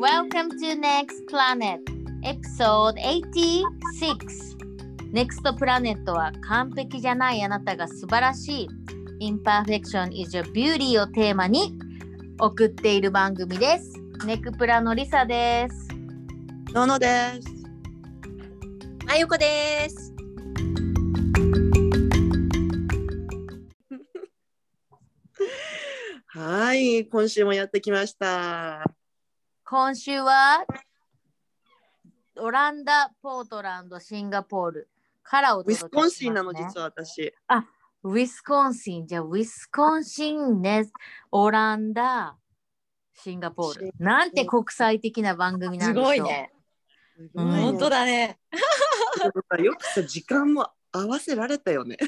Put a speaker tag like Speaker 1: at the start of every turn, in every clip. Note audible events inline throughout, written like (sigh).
Speaker 1: Welcome to Next Planet Episode 86 Next Planet は完璧じゃないあなたが素晴らしい Imperfection is your beauty をテーマに送っている番組ですネクプラのりさです
Speaker 2: ののです。
Speaker 3: あゆこです。
Speaker 2: はい、今週もやってきました。
Speaker 1: 今週はオランダ、ポートランド、シンガポールからお
Speaker 2: ウィ
Speaker 1: 届け
Speaker 2: ス
Speaker 1: します、ね、
Speaker 2: コンシンなの、実は私。
Speaker 1: ウィスコンシンじゃあウィスコンシンねオランダシンガポールなんて国際的な番組な
Speaker 3: す
Speaker 1: んでしょう
Speaker 3: ごいね。
Speaker 2: す
Speaker 1: う
Speaker 2: ごい
Speaker 1: ん
Speaker 2: ね
Speaker 3: 本当だね。
Speaker 2: よくさ、時間も合わせられたよね。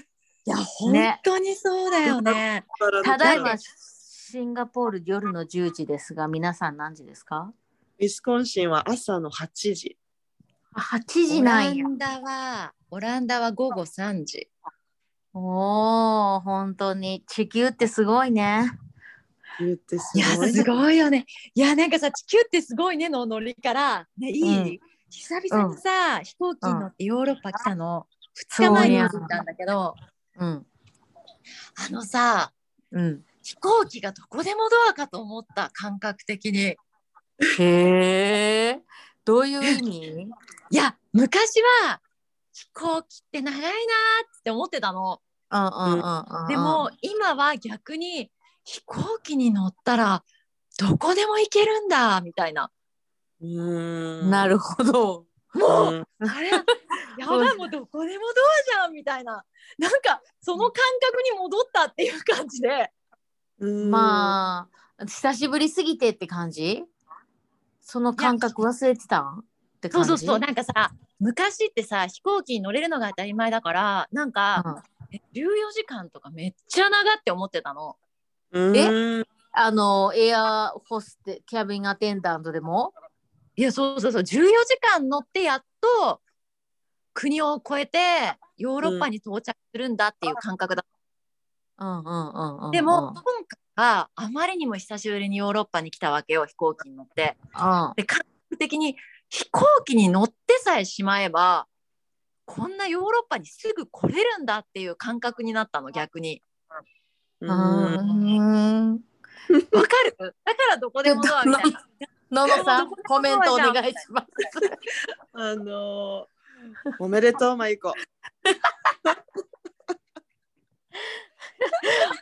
Speaker 3: いや、本
Speaker 1: ね
Speaker 3: 当にそうだよね。
Speaker 1: ただい
Speaker 2: ウ
Speaker 1: まシンガポール夜の10時ですが皆さん何時ですか
Speaker 2: ィスコンシンは朝の8時。
Speaker 1: あ8時なんや
Speaker 3: オランダは、オランダは午後三時。
Speaker 1: おお本当に地球ってすごいね
Speaker 2: 言ってす
Speaker 3: いや、
Speaker 2: ごいね。
Speaker 3: すごいよね。いや、なんかさ、地球ってすごいねのノリから、ね、いい、
Speaker 1: うん
Speaker 3: 久々にさ、飛行機に乗ってヨーロッパ来たの。
Speaker 1: そ
Speaker 3: 2日
Speaker 1: う
Speaker 3: 前に
Speaker 1: や
Speaker 3: 行ったんだけど、
Speaker 1: うん
Speaker 3: あのさ、
Speaker 1: うん
Speaker 3: 飛行機がどこでもドアかと思った感覚的に。
Speaker 1: へえどういう意味
Speaker 3: いや、昔は飛行機って長いなーって思ってたの。
Speaker 1: うんうんうんうん
Speaker 3: でも今は逆に飛行機に乗ったらどこでも行けるんだみたいな
Speaker 2: うーん
Speaker 1: なるほど
Speaker 2: う
Speaker 3: もう
Speaker 2: ん
Speaker 3: あ (laughs) れやばいもうどこでもドアじゃんみたいななんかその感覚に戻ったっていう感じで
Speaker 2: うん
Speaker 1: まあ久しぶりすぎてって感じその感覚忘れてたんって
Speaker 3: そ
Speaker 1: 感
Speaker 3: う
Speaker 1: じ
Speaker 3: そうそうなんかさ昔ってさ飛行機に乗れるのが当たり前だからなんか、
Speaker 1: うん
Speaker 3: え14時間とかめっちゃ長って思ってたの。
Speaker 2: うん
Speaker 1: えあのエアホステキャビンアテンダントでも
Speaker 3: いやそうそうそう14時間乗ってやっと国を越えてヨーロッパに到着するんだっていう感覚だった
Speaker 1: うんうんうんうんうん
Speaker 3: でも、今回はあまりにも久しぶりにヨーロッパに来たわけよ飛行機に乗って。
Speaker 1: うん
Speaker 3: で感覚的に飛行機に乗ってさえしまえばこんなヨーロッパにすぐ来れるんだっていう感覚になったの逆に。
Speaker 2: う
Speaker 1: うんん
Speaker 3: わかるだからどこでもドアみたいな。
Speaker 1: ののさんコメントお願いし (laughs) ます
Speaker 2: あのーおめでとう、マイコ。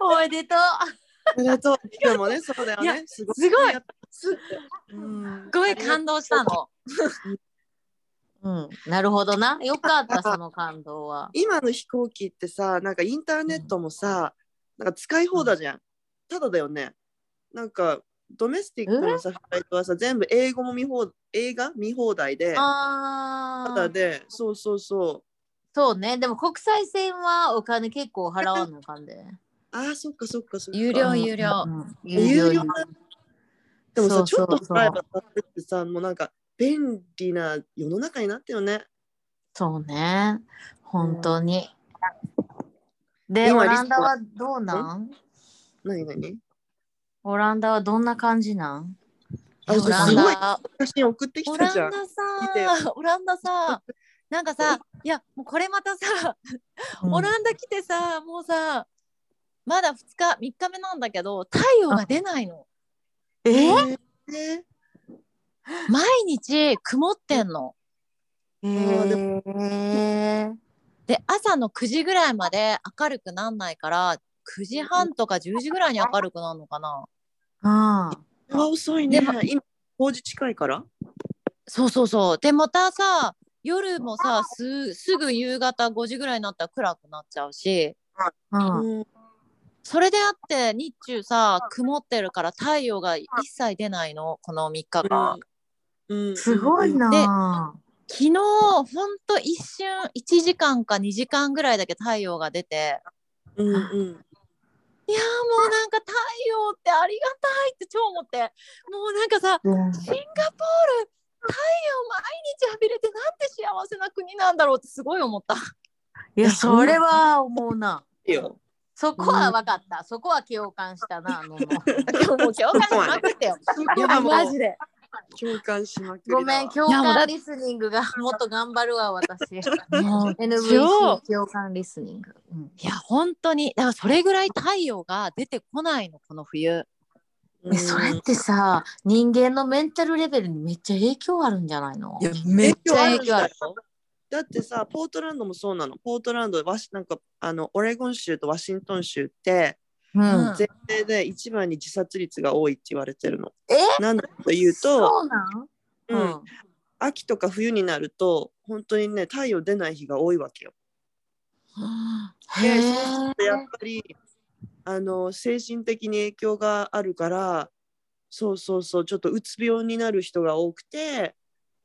Speaker 1: おめでとう
Speaker 2: おめでとう。でもね、そうだよ
Speaker 3: いや
Speaker 2: ね。すご
Speaker 3: すごい
Speaker 2: やっぱすってうん
Speaker 3: すごい感動したの。
Speaker 1: うんなるほどなよか (laughs) ったその感動は
Speaker 2: 今の飛行機ってさなんかインターネットもさ、なんか使い放題じゃん、ただだよねなんかドメスティックのさフライトはさ全部英語も見放映画見放題で
Speaker 1: あ
Speaker 2: ただ
Speaker 1: ー
Speaker 2: でそうそうそう
Speaker 1: そうねでも国際線はお金結構払わなあかんで
Speaker 2: あーそっかそっかそっか
Speaker 3: 有料有料
Speaker 1: うんうん
Speaker 2: 有料でもさ
Speaker 1: そう
Speaker 2: ち
Speaker 1: そう
Speaker 2: ょっ
Speaker 1: そう
Speaker 2: と使えばさってさもうなんか便利な世の中になったよね
Speaker 1: そうね本当に、でオ
Speaker 2: 今リ
Speaker 1: ラ
Speaker 2: スト
Speaker 1: ンダはどうなん
Speaker 2: 何何
Speaker 1: オランダはどんな感じなん
Speaker 2: あ
Speaker 3: オラン
Speaker 2: すごい
Speaker 3: ダ
Speaker 2: 写真送ってき
Speaker 3: オ
Speaker 2: た
Speaker 3: ラ
Speaker 2: じゃ
Speaker 3: ン
Speaker 2: ん
Speaker 3: ダ
Speaker 2: 見てよ
Speaker 3: さオランダさなんかさいやもうこれまたさオランダ来てさもうさまだ2日3日目なんだけど太陽が出ないの
Speaker 1: え
Speaker 2: ね
Speaker 3: 毎日曇ってんの
Speaker 1: え
Speaker 3: で朝の9時ぐらいまで明るくなんないから9時半とか10時ぐらいに明るくなるのかな
Speaker 1: あ
Speaker 2: うわ遅いね
Speaker 3: でも
Speaker 2: 今工事近いから
Speaker 3: そうそうそうでまたさ夜もさすすぐ夕方5時ぐらいになったら暗くなっちゃうし
Speaker 1: あ、
Speaker 2: うん
Speaker 3: それであって日中さ曇ってるから太陽が一切出ないのこの3日間。
Speaker 2: うん
Speaker 1: すごいな
Speaker 3: 昨日ほんと一瞬1時間か2時間ぐらいだけ太陽が出て
Speaker 2: うんうん
Speaker 3: いやーもうなんか太陽ってありがたいって超思ってもうなんかさ
Speaker 1: うん
Speaker 3: シンガポール太陽毎日浴びれてなんて幸せな国なんだろうってすごい思った
Speaker 1: いやそれは思うない
Speaker 2: いよ。
Speaker 1: そこは分かったそこは共感したなあの
Speaker 2: (laughs)
Speaker 3: もう共感しまくってよ
Speaker 2: いやもう
Speaker 3: マジで
Speaker 2: 共感しまくりだわ
Speaker 1: ごめん、共
Speaker 3: いやもうだ
Speaker 1: 感
Speaker 3: っ
Speaker 1: リスニングがもっと頑張るわ、私。
Speaker 3: も
Speaker 1: (laughs)
Speaker 3: う
Speaker 1: NVC 共感リスニング。うん
Speaker 3: いや本当にだからそれぐらい太陽が出てこないのこの冬
Speaker 2: う
Speaker 1: え
Speaker 2: ん
Speaker 1: それってさ、人間のメンタルレベルにめっちゃ影響あるんじゃないの
Speaker 2: いやめっちゃ影響ある
Speaker 3: よ
Speaker 2: だってさポートランドもそうなのポートランドわしなんかあのオレゴン州とワシントン州って
Speaker 1: うん
Speaker 3: ん
Speaker 2: 全米で一番に自殺率が多いって言われてるの。
Speaker 1: え
Speaker 2: なんでかというと、
Speaker 1: そうなん
Speaker 2: うん秋とか冬になると本当にね太陽出ない日が多いわけよ。
Speaker 1: へえ。
Speaker 2: でやっぱりあの精神的に影響があるからそうそうそうちょっとうつ病になる人が多くて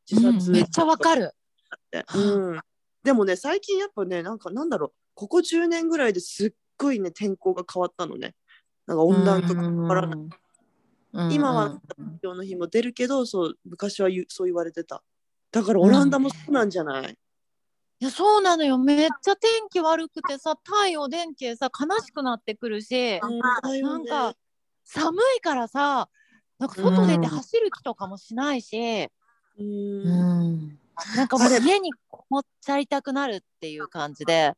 Speaker 2: 自殺、
Speaker 3: うんめっちゃわかる
Speaker 2: ってうん、でもね最近やっぱねなんかなんだろうここ10年ぐらいですっごいね天候が変わったのねなんか温暖化からな
Speaker 1: うん
Speaker 2: 今は
Speaker 1: うん
Speaker 2: 今日の日も出るけどそう昔は言うそう言われてただからオランダもそうなんじゃない、
Speaker 3: いやそうなのよめっちゃ天気悪くてさ太陽電気さ悲しくなってくるし
Speaker 2: うんだよね
Speaker 3: なんか寒いからさなんか外出て走る気とかもしないし、
Speaker 2: うん
Speaker 1: うん
Speaker 3: なんかもう家にこもっちゃいたくなるっていう感じで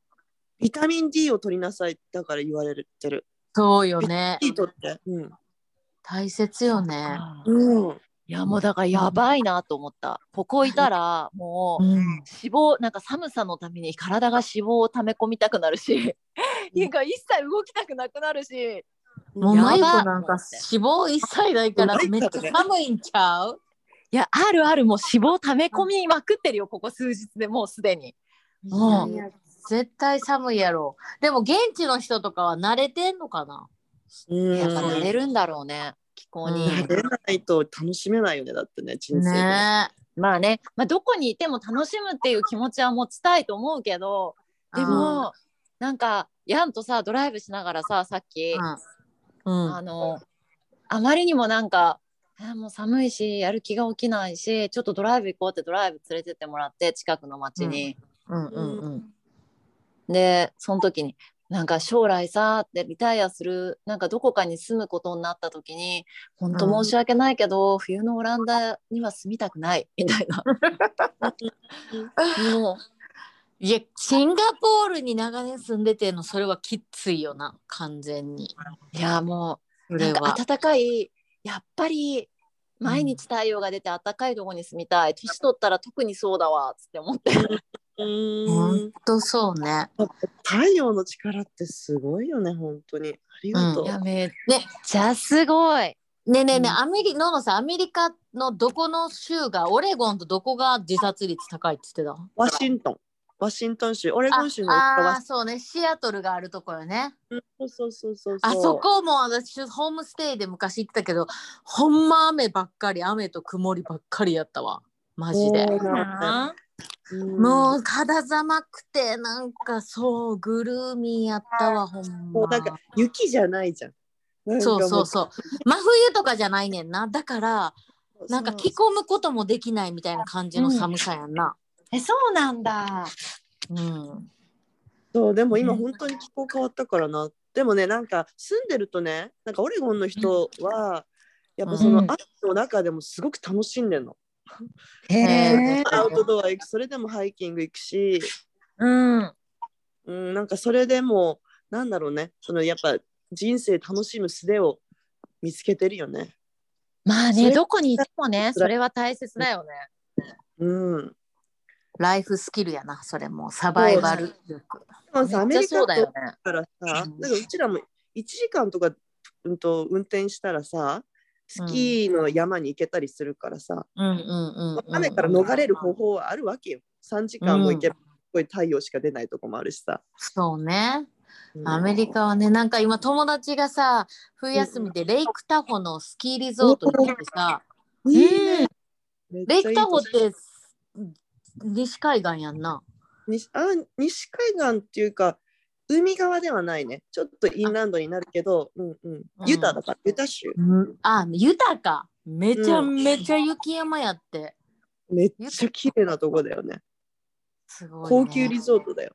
Speaker 2: ビタミン D を取りなさいだから言われてる
Speaker 1: そうよね。
Speaker 2: D 取ってうん、
Speaker 1: 大切よね。
Speaker 2: うん、
Speaker 3: いやもうだからやばいなと思ったここいたらもう
Speaker 1: うん
Speaker 3: 脂肪なんか寒さのために体が脂肪を溜め込みたくなるしなんか一切動きたくなくなるし
Speaker 1: もう
Speaker 3: やば
Speaker 1: マイコなんか脂肪一切ないから
Speaker 2: うん
Speaker 1: めっちゃ寒いんちゃう
Speaker 3: いやあるあるもう脂肪を溜め込みまくってるよここ数日でもうすでに。
Speaker 1: も
Speaker 3: う
Speaker 1: う絶対寒いやろでも現地の人とかは慣れてんのかな
Speaker 2: うん
Speaker 3: やっぱ慣れるんだろうね気候に。
Speaker 1: うん
Speaker 2: 慣れないと楽しめないよねだってね人生で
Speaker 1: ね
Speaker 3: まあね、まあ、どこにいても楽しむっていう気持ちは持ちたいと思うけど
Speaker 1: え
Speaker 3: でもなんかやんとさドライブしながらささっき、
Speaker 1: うん
Speaker 3: あのあまりにもなんかあもう寒いしやる気が起きないしちょっとドライブ行こうってドライブ連れてってもらって近くの町に、
Speaker 1: うんうんうん
Speaker 3: でその時になんか将来さってリタイアするなんかどこかに住むことになった時に本当申し訳ないけど、冬のオランダには住みたくないみたい
Speaker 1: (laughs)
Speaker 3: なもう
Speaker 1: いやシンガポールに長年住んでてのそれはきついよな完全に
Speaker 3: いやも
Speaker 1: そうれ
Speaker 3: なんか
Speaker 1: は
Speaker 3: 暖かいやっぱり毎日太陽が出て暖かいとこに住みたい年取ったら特にそうだわっつって思って
Speaker 2: うん
Speaker 1: ほんとそうね
Speaker 2: 太陽の力ってすごいよね本当にありがとう、
Speaker 1: うん
Speaker 3: いやめっちゃすごい
Speaker 1: ねえねえねえ、
Speaker 3: うん
Speaker 1: アメリののさんアメリカのどこの州がオレゴンとどこが自殺率高いって言ってた
Speaker 2: ワシントンワシントン州オレゴン州の
Speaker 1: ああ
Speaker 2: ワ
Speaker 1: ーそうねシアトルがあるとこよね
Speaker 2: そうそうそうそう
Speaker 1: あそこも私ホームステイで昔行ってたけどほんま雨ばっかり雨と曇りばっかりやったわマジで
Speaker 2: そうなんだ
Speaker 3: あ
Speaker 2: うん
Speaker 1: もう肌寒くてなんかそうグルーミーやったわほん
Speaker 2: も
Speaker 1: ま
Speaker 2: うなんか雪じゃないじゃんなんか
Speaker 1: そ
Speaker 2: も
Speaker 1: うそうそう真冬とかじゃないねんなだからなんか着込むこともできないみたいな感じの寒さやんな
Speaker 3: えそうなんだ
Speaker 1: うん
Speaker 2: そうでも今
Speaker 3: ね
Speaker 2: 本当に気候変わったからな、でもねなんか住んでるとねなんかオレゴンの人は、やっぱその
Speaker 3: うん
Speaker 2: 秋の中でもすごく楽しんでんの、
Speaker 3: へ
Speaker 1: え
Speaker 2: アウトドア行くそれでもハイキング行くし
Speaker 3: うん
Speaker 2: うん、なんかそれでもなんだろうねそのやっぱ人生楽しむ術を見つけてるよね。
Speaker 3: まあ
Speaker 2: そ
Speaker 3: ね
Speaker 2: れ
Speaker 3: どこにいてもねそれは大切だよね
Speaker 2: うん、
Speaker 1: ライフスキルやなそれもサバイバル力
Speaker 2: でもさアメ
Speaker 3: めっち
Speaker 2: リ
Speaker 3: ゃそ
Speaker 2: カ
Speaker 3: うだ
Speaker 2: だ
Speaker 3: よ
Speaker 2: か
Speaker 3: ね
Speaker 2: らさ、
Speaker 1: うん
Speaker 2: なんかうちらも1時間とか、うん、と運転したらさスキーの山に行けたりするからさ、
Speaker 1: うんうんうんうん
Speaker 2: 雨から逃れる方法はあるわけよ。3時間も行けば、こういう太陽しか出ないとこもあるしさ。
Speaker 1: そうね
Speaker 2: うん
Speaker 1: アメリカはねなんか今友達がさ冬休みでレイクタホのスキーリゾートに行ってさ
Speaker 2: いいねめっち
Speaker 1: レ
Speaker 2: ゃい
Speaker 1: イク
Speaker 2: いとこ
Speaker 1: タホって西海岸やんな
Speaker 2: 西あ西海岸っていうか海側ではないねちょっとインランドになるけど、うんうん、ユタだから、ユタ州
Speaker 1: あ豊かめちゃめちゃ雪山やって
Speaker 2: めっちゃ綺麗なとこだよね
Speaker 1: すごい、ね、
Speaker 2: 高級リゾートだよ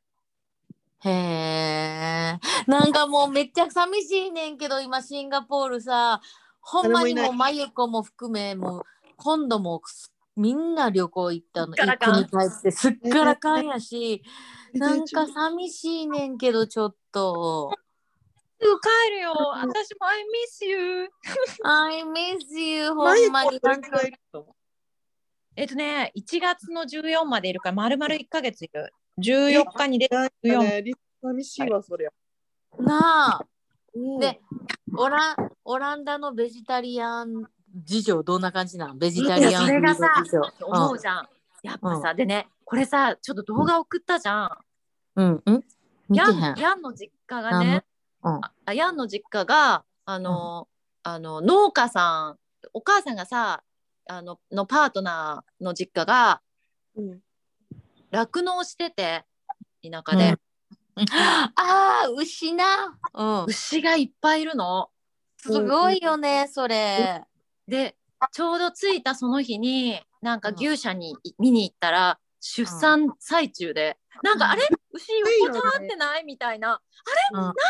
Speaker 1: へえなんかもうめっちゃ寂しいねんけど今シンガポールさほんまにもう
Speaker 2: 誰もい
Speaker 1: まゆこも含めもう今度もすみんな旅行行ったの
Speaker 3: すっからかん
Speaker 1: 一気に帰ってすっからかんやしなんか寂しいねんけどちょっと
Speaker 3: すぐ帰るよ。私も I miss you。
Speaker 1: I miss you ほ
Speaker 2: マユ
Speaker 1: ん
Speaker 2: コは
Speaker 1: まに
Speaker 2: ど
Speaker 1: な
Speaker 2: れ
Speaker 1: ん
Speaker 2: く
Speaker 1: から
Speaker 2: いいるの
Speaker 3: えっとね、1月の14までいるから、まるまる1ヶ月いる。14日に出て
Speaker 2: なんか
Speaker 3: 14
Speaker 2: ね、リ寂しいわ、そりゃ。
Speaker 1: なあ
Speaker 3: うん
Speaker 1: でオランオランダのベジタリアン事情どんな感じなんベジタ
Speaker 3: い
Speaker 1: リ
Speaker 3: や
Speaker 1: アン
Speaker 3: それが
Speaker 1: フ
Speaker 3: さ
Speaker 1: ード事情
Speaker 3: 思うじゃん。やっぱさ、でね、これさ、ちょっと動画送ったじゃん。
Speaker 1: うんうん見てへ
Speaker 3: ヤン
Speaker 1: ん
Speaker 3: ヤンの実家がね、
Speaker 1: うん
Speaker 3: あヤンの実家があの、あの農家さん、お母さんがさ、あののパートナーの実家が
Speaker 2: うん
Speaker 3: 酪農してて田舎で、
Speaker 1: あー牛な、うん、
Speaker 3: 牛がいっぱいいるの。
Speaker 1: すごいよねそれ
Speaker 3: でちょうど着いたその日になんか牛舎にい見に行ったら出産最中で、なんかあれ牛横たわってないみたいなあれ、
Speaker 1: うん
Speaker 3: なんか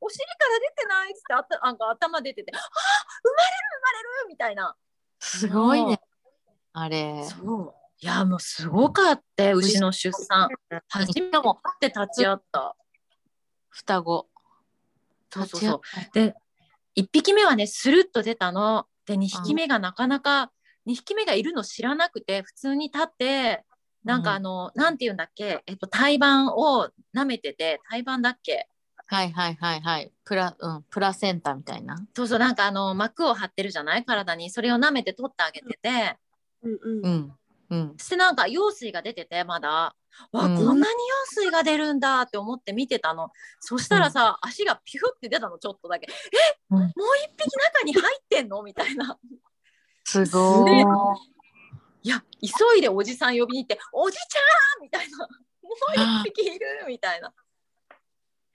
Speaker 3: お尻から出てないっつってあたなんか頭出ててあー生まれる生まれるみたいな
Speaker 1: すごいねあれ
Speaker 3: そういやもうすごかった牛の出産初めてもって立ち会った
Speaker 1: 双子
Speaker 3: そうそうそうで1匹目はねスルッと出たので2匹目がなかなか、2匹目がいるの知らなくて普通に立ってなんかあの、なんて言うんだっけ、えっと、胎盤を舐めてて胎盤だっけ
Speaker 1: はいはいはいはいプラ,、うん、プラセンタみたいな、
Speaker 3: そうそうなんかあの膜を張ってるじゃない体にそれを舐めて取ってあげてて、
Speaker 2: うん
Speaker 1: う
Speaker 2: うん。
Speaker 1: んうん、
Speaker 3: そしてなんか羊水が出ててまだわ、
Speaker 1: うん
Speaker 3: こんなに羊水が出るんだって思って見てたのそしたらさ、足がピュって出たのちょっとだけえ、
Speaker 1: うん
Speaker 3: もう一匹中に入ってんのみたいな。
Speaker 1: すごい、
Speaker 3: ねいや急いでおじさん呼びに行って「おじちゃん!」みたいな「もう一匹いる!」みたいな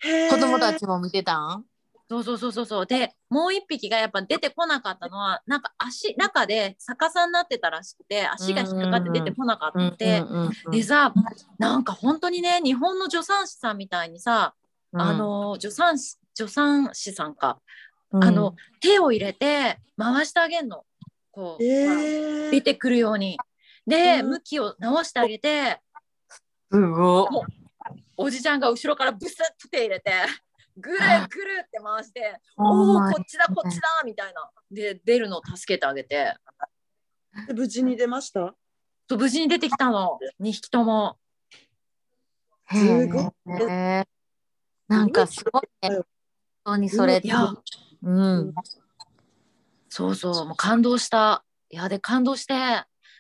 Speaker 2: へー
Speaker 1: 子供た。ちも見てたん
Speaker 3: そうそうそうそうそうでもう一匹がやっぱ出てこなかったのはなんか足中で逆さになってたらしくて足が引っかかって出てこなかったって、
Speaker 1: うん
Speaker 3: でさなんか本当にね日本の助産師さんみたいにさ、あ、の助産師助産師さんか、
Speaker 1: うん
Speaker 3: あの、手を入れて回してあげんのこう、
Speaker 2: え
Speaker 3: 出
Speaker 2: ー、
Speaker 3: てくるように。で、
Speaker 2: うん
Speaker 3: 向きを直してあげて
Speaker 1: すご
Speaker 3: おじちゃんが後ろからブスッと手入れてぐるぐるって回して「おお
Speaker 1: お
Speaker 3: ーこっちだこっちだ」みたいなで出るのを助けてあげて
Speaker 2: 無事に出ました。
Speaker 3: そう無事に出てきたの2匹とも
Speaker 2: すごい
Speaker 1: いなんかすごいね本当にそれって
Speaker 3: いや
Speaker 1: うん
Speaker 3: そうそうもう感動したいやで感動して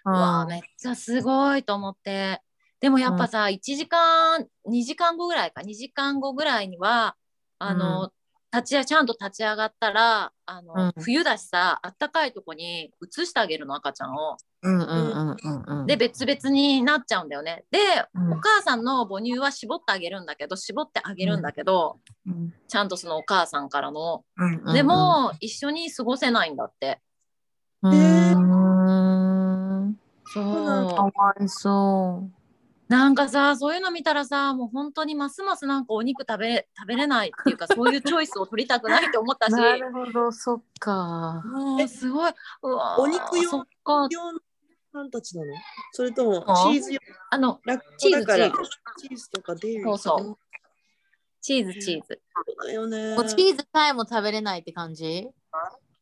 Speaker 3: うわーめっちゃすごいと思ってでもやっぱさ1時間2時間後ぐらいか2時間後ぐらいにはあの、立ちあちゃんと立ち上がったらあの、
Speaker 1: うん
Speaker 3: 冬だしさあったかいとこに移してあげるの赤ちゃんを。
Speaker 1: うんうんうんうんうん
Speaker 3: で別々になっちゃうんだよね。で、
Speaker 1: うん
Speaker 3: お母さんの母乳は絞ってあげるんだけど絞ってあげるんだけど、
Speaker 1: うん
Speaker 3: ちゃんとそのお母さんからの。
Speaker 1: うんうんうん
Speaker 3: でも、一緒に過ごせないんだって。
Speaker 1: う
Speaker 2: えー
Speaker 1: ーん
Speaker 3: そ
Speaker 2: そうなん
Speaker 1: か
Speaker 3: う
Speaker 1: わいそう
Speaker 3: なんかさそういうの見たらさもう本当にますますなんかお肉食べ食べれないっていうかそういうチョイスを取りたくないって
Speaker 2: (laughs)
Speaker 3: 思ったし
Speaker 1: なるほどそっか
Speaker 3: もうすごいうわー
Speaker 2: お肉用
Speaker 3: そっか
Speaker 2: ヨンさんたちなのそれとも
Speaker 3: うん
Speaker 2: チーズ用
Speaker 3: あの
Speaker 2: ラッコ
Speaker 3: チー
Speaker 2: だ
Speaker 3: ズ
Speaker 2: から
Speaker 3: チー
Speaker 2: チーズとかデイリー
Speaker 3: そうそうチーズチーズ。
Speaker 2: だよね
Speaker 1: もうチーズさえも食べれないって感じ
Speaker 3: い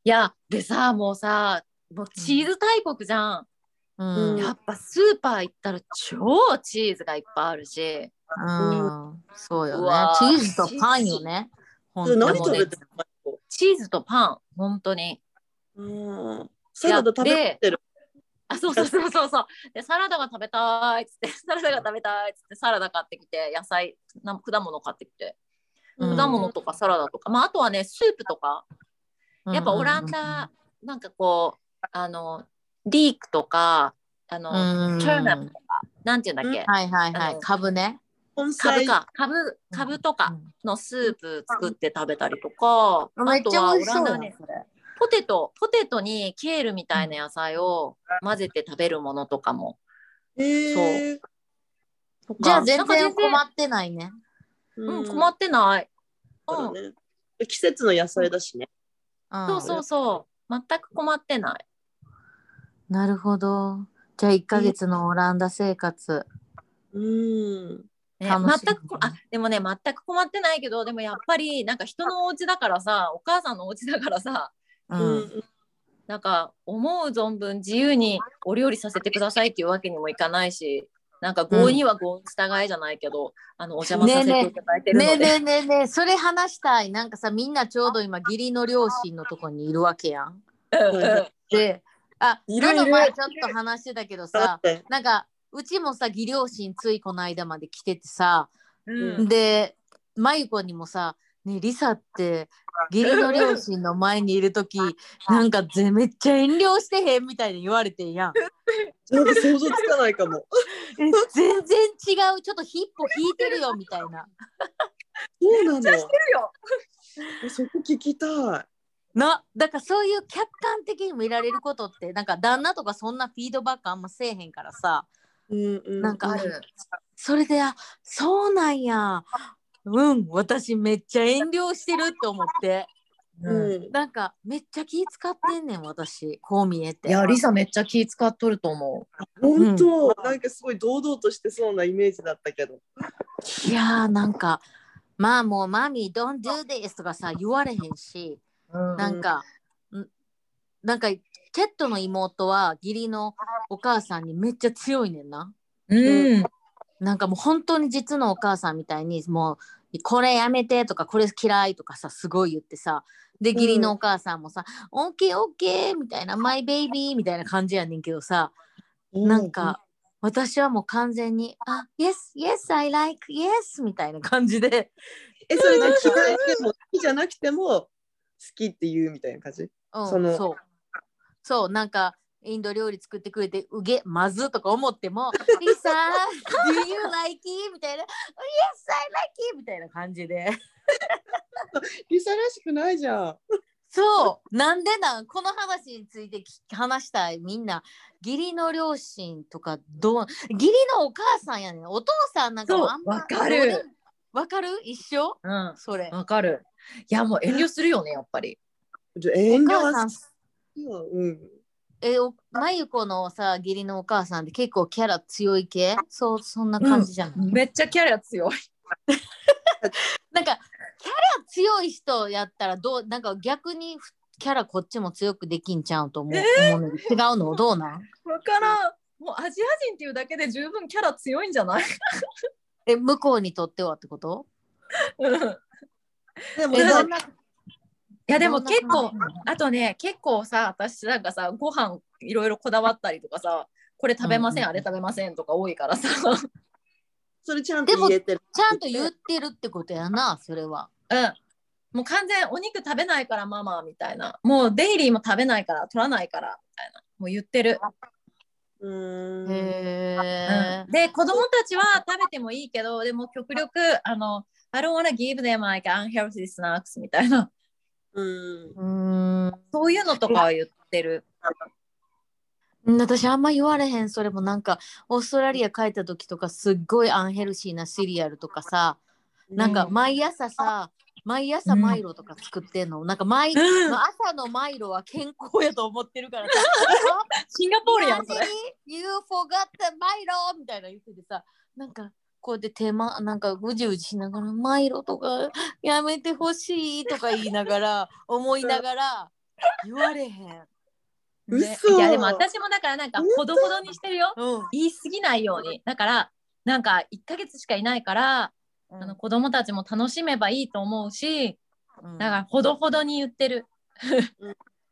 Speaker 3: やでさもうさもうチーズ大国じゃん
Speaker 1: うん
Speaker 2: うん
Speaker 3: やっぱスーパー行ったら超チーズがいっぱいあるし、
Speaker 1: うんそうよ
Speaker 3: う
Speaker 1: ね
Speaker 3: わ
Speaker 1: チ
Speaker 3: ー
Speaker 1: ーズとパンよね
Speaker 2: そ
Speaker 1: 本
Speaker 2: れ
Speaker 1: 当
Speaker 2: 何
Speaker 1: に
Speaker 2: 食べてるの
Speaker 3: チーズとパン、本当に。
Speaker 2: うんサラダ食べてる
Speaker 3: あ、そう
Speaker 2: (laughs)
Speaker 3: そうそうそうそう。で、サラダが食べたいっつって、サラダが食べたいっつって、サラダ買ってきて、野菜、な果物買ってきて、
Speaker 1: うん
Speaker 3: 果物とかサラダとか、まあ、あとはね、スープとか、やっぱオランダ、なんかこう、あの、リークとか、あ
Speaker 1: う
Speaker 3: の、
Speaker 1: んうんうん
Speaker 3: チャーナップとか、なんていうんだっけ、
Speaker 1: はいはいは
Speaker 3: あの
Speaker 1: い株ね
Speaker 2: 根
Speaker 3: 株
Speaker 2: 菜
Speaker 3: か、株、株とかのスープ作って食べたりとか、
Speaker 1: うん
Speaker 3: あとはオ
Speaker 1: めっちゃ美味し
Speaker 3: ラ
Speaker 1: そ
Speaker 3: ン
Speaker 1: うだ
Speaker 3: ダはね、ポテト、ポテトにケールみたいな野菜を混ぜて食べるものとかも。
Speaker 2: へー
Speaker 3: とか
Speaker 1: じゃあ全
Speaker 3: な
Speaker 1: 然
Speaker 3: んか全
Speaker 1: 困ってないね
Speaker 3: う、
Speaker 2: うん
Speaker 3: 困ってない。
Speaker 2: そう
Speaker 3: うん、
Speaker 2: だね季節の野菜だしね
Speaker 3: そうそうそう。全く困ってない。
Speaker 1: なるほど。じゃあ1ヶ月のオランダ生活。
Speaker 2: うん。
Speaker 3: ね
Speaker 1: 楽しみ
Speaker 3: 全くこあでもね全く困ってないけどでもやっぱりなんか人のお家だからさお母さんのお家だからさ
Speaker 1: う。
Speaker 2: うんん
Speaker 3: なんか思う存分自由にお料理させてくださいっていうわけにもいかないしなんか合には合に従いじゃないけど、あのお邪魔させていただいてるの
Speaker 1: ねえ
Speaker 3: で、
Speaker 1: ねえねえねえ、それ話したい。なんかさ、みんなちょうど今、義理の両親のとこにいるわけやん。
Speaker 3: うんうん
Speaker 1: で、あ、
Speaker 2: いる
Speaker 1: ないの
Speaker 2: る
Speaker 1: 前ちょっと話してたけど
Speaker 2: だ
Speaker 1: さ
Speaker 2: っ、て
Speaker 1: なんか、うちもさ、義両親ついこの間まで来ててさ、
Speaker 3: うん
Speaker 1: で、まゆこにもさ、ねえ、リサって義理の両親の前にいるとき、なんかぜめっちゃ遠慮してへんみたいに言われてんやん。
Speaker 2: ちょっと想像つかないかも。
Speaker 1: え (laughs) 全然違うちょっとヒッポ引いてるよみたいな
Speaker 2: そうなの。
Speaker 3: るよ
Speaker 2: そこ聞きたい。
Speaker 1: なだからそういう客観的に見られることってなんか旦那とかそんなフィードバックあんませえへんからさ
Speaker 2: うんうん。
Speaker 1: なんか
Speaker 3: ある
Speaker 1: それであそうなんやうん私めっちゃ遠慮してるって思って
Speaker 2: うん。
Speaker 1: なんかめっちゃ気使ってんねん私こう見えて
Speaker 3: いやリサめっちゃ気使っとると思
Speaker 2: 本当、なんかすごい堂々としてそうなイメージだったけど。
Speaker 1: いやーなんかまあもうマミー don't do this とかさ言われへんし
Speaker 3: う、うん
Speaker 1: なんか、んなんか、ケットの妹は義理のお母さんにめっちゃ強いねんな。
Speaker 3: うん
Speaker 1: なんかもう本当に実のお母さんみたいに、もう、これやめてとか、これ嫌いとかさ、すごい言ってさ。で、義理のお母さんもさ、オッケーオッケーみたいな、マイベイビーみたいな感じやねんけどさ、なんか、私はもう完全に、あ、Yes, Yes, I like, Yes みたいな感じで、
Speaker 2: えそれで嫌いでも好きじゃなくても好きって言うみたいな感じ。
Speaker 1: うん、そ
Speaker 2: その
Speaker 1: うそうなんかインド料理作ってくれてうげまずとか思って
Speaker 3: (laughs)
Speaker 1: も「リサ do you like it?」みたいな「Yes I like it」みたいな感じで
Speaker 2: リサらしくないじゃん。
Speaker 1: そうなんでなんこの話についてき話したいみんな義理の両親とかどう義理のお母さんやねんお父さんなんか
Speaker 3: そう
Speaker 1: あんま
Speaker 3: わかる
Speaker 1: どうでもわかる一緒
Speaker 3: うんわ、
Speaker 1: それ
Speaker 3: かるいやもう遠慮するよねやっぱり
Speaker 2: じゃ遠
Speaker 1: お
Speaker 2: 慮
Speaker 1: 母
Speaker 2: は
Speaker 1: さ
Speaker 2: 好
Speaker 1: ん
Speaker 2: きよ。うん。
Speaker 1: えおまゆこのさ義理のお母さんって結構キャラ強い系そうそんな感じじゃない、
Speaker 3: めっちゃキャラ強い
Speaker 1: なんかキャラ強い人やったらどうなんか逆にふキャラこっちも強くできんちゃうと思う,、思うねん違うのどうなん
Speaker 3: わからんもうアジア人っていうだけで十分キャラ強いんじゃない
Speaker 1: え向こうにとってはってこと
Speaker 3: うん
Speaker 2: でも
Speaker 1: え
Speaker 3: な
Speaker 1: ど
Speaker 2: さ
Speaker 1: んない
Speaker 3: やでも結
Speaker 1: どんな
Speaker 3: 構
Speaker 1: 感じ
Speaker 3: あとね結構さ私なんかさご飯いろいろこだわったりとかさこれ食べません、
Speaker 1: うん
Speaker 3: あれ食べませんとか多いからさ (laughs)
Speaker 2: それちゃんと入れてる。
Speaker 1: ちゃんと言ってるってことやなそれは
Speaker 3: うんもう完全お肉食べないからママみたいなもうデイリーも食べないから取らないからみたいなもう言ってる、
Speaker 2: うーん。
Speaker 1: へえ
Speaker 3: うん、で子供たちは食べてもいいけどでも極力あの I don't wanna give them like unhealthy snacks みたいな
Speaker 2: うん。
Speaker 1: うーん
Speaker 3: そういうのとかは言ってる
Speaker 1: うん私あんま言われへんそれもなんかオーストラリア帰った時とかすっごいアンヘルシーなシリアルとかさなんか毎朝さ毎朝マイロとか作ってんの、なんか毎、
Speaker 3: うん
Speaker 1: 朝のマイロは健康やと思ってる
Speaker 3: (laughs)
Speaker 1: からさ
Speaker 3: シンガポールやんそれ
Speaker 1: You forgot the マイロみたいな言っててさなんかこうで手間なんかうじうじしながらマイロとかやめてほしいとか言いなが
Speaker 3: (laughs)
Speaker 1: ら思いながら言われへん、
Speaker 3: ね
Speaker 2: 嘘
Speaker 3: いやでも私もだからなんかほどほどにしてるよ
Speaker 1: うん、
Speaker 3: 言い過ぎないようにだからなんか1ヶ月しかいないから、あの子供たちも楽しめばいいと思うし
Speaker 1: うん
Speaker 3: だからほどほどに言ってる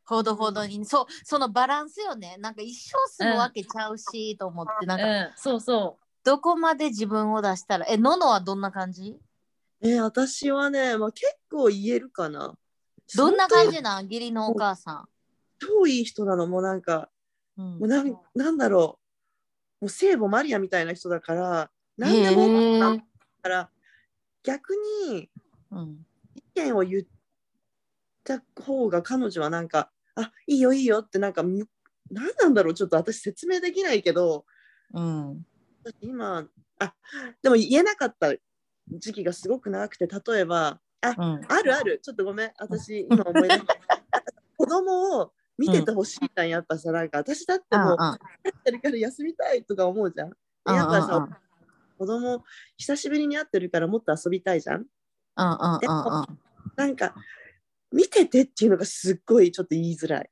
Speaker 1: ほどほどにそうそのバランスよねなんか一生住むわけちゃうし、と思ってな
Speaker 3: うん
Speaker 1: か
Speaker 3: んそうそ
Speaker 1: どこまで自分を出したらえののはどんな感じ
Speaker 2: え私はね、まあ結構言えるかな。
Speaker 1: どんな感
Speaker 2: 相
Speaker 1: じなん義理のお母さ
Speaker 2: 当超いい人なのもうなんか
Speaker 1: ん。うん
Speaker 2: もうなんなんだろうもう聖母マリアみたいな人だから何で
Speaker 1: へ
Speaker 2: も
Speaker 1: ー
Speaker 2: だから逆に
Speaker 1: うん
Speaker 2: 意見を言った方が彼女はなんかあいいよいいよってなんかむ何なんだろうちょっと私説明できないけど
Speaker 1: うん
Speaker 2: 今あでも言えなかった時期がすごく長くて例えばあ
Speaker 1: うん
Speaker 2: (laughs) あるあるちょっとごめん私今思い出した子供を見ててほしいじゃん、やっぱさなんか私だってもう帰ってるから休みたいとか思うじゃん。で
Speaker 1: うんうん
Speaker 2: やっぱさ、
Speaker 1: うん
Speaker 2: 子供久しぶりに会ってるからもっと遊びたいじゃん。
Speaker 1: うんうん
Speaker 2: で
Speaker 1: うんうん
Speaker 2: なんか見ててっていうのがすっごいちょっと言いづらい。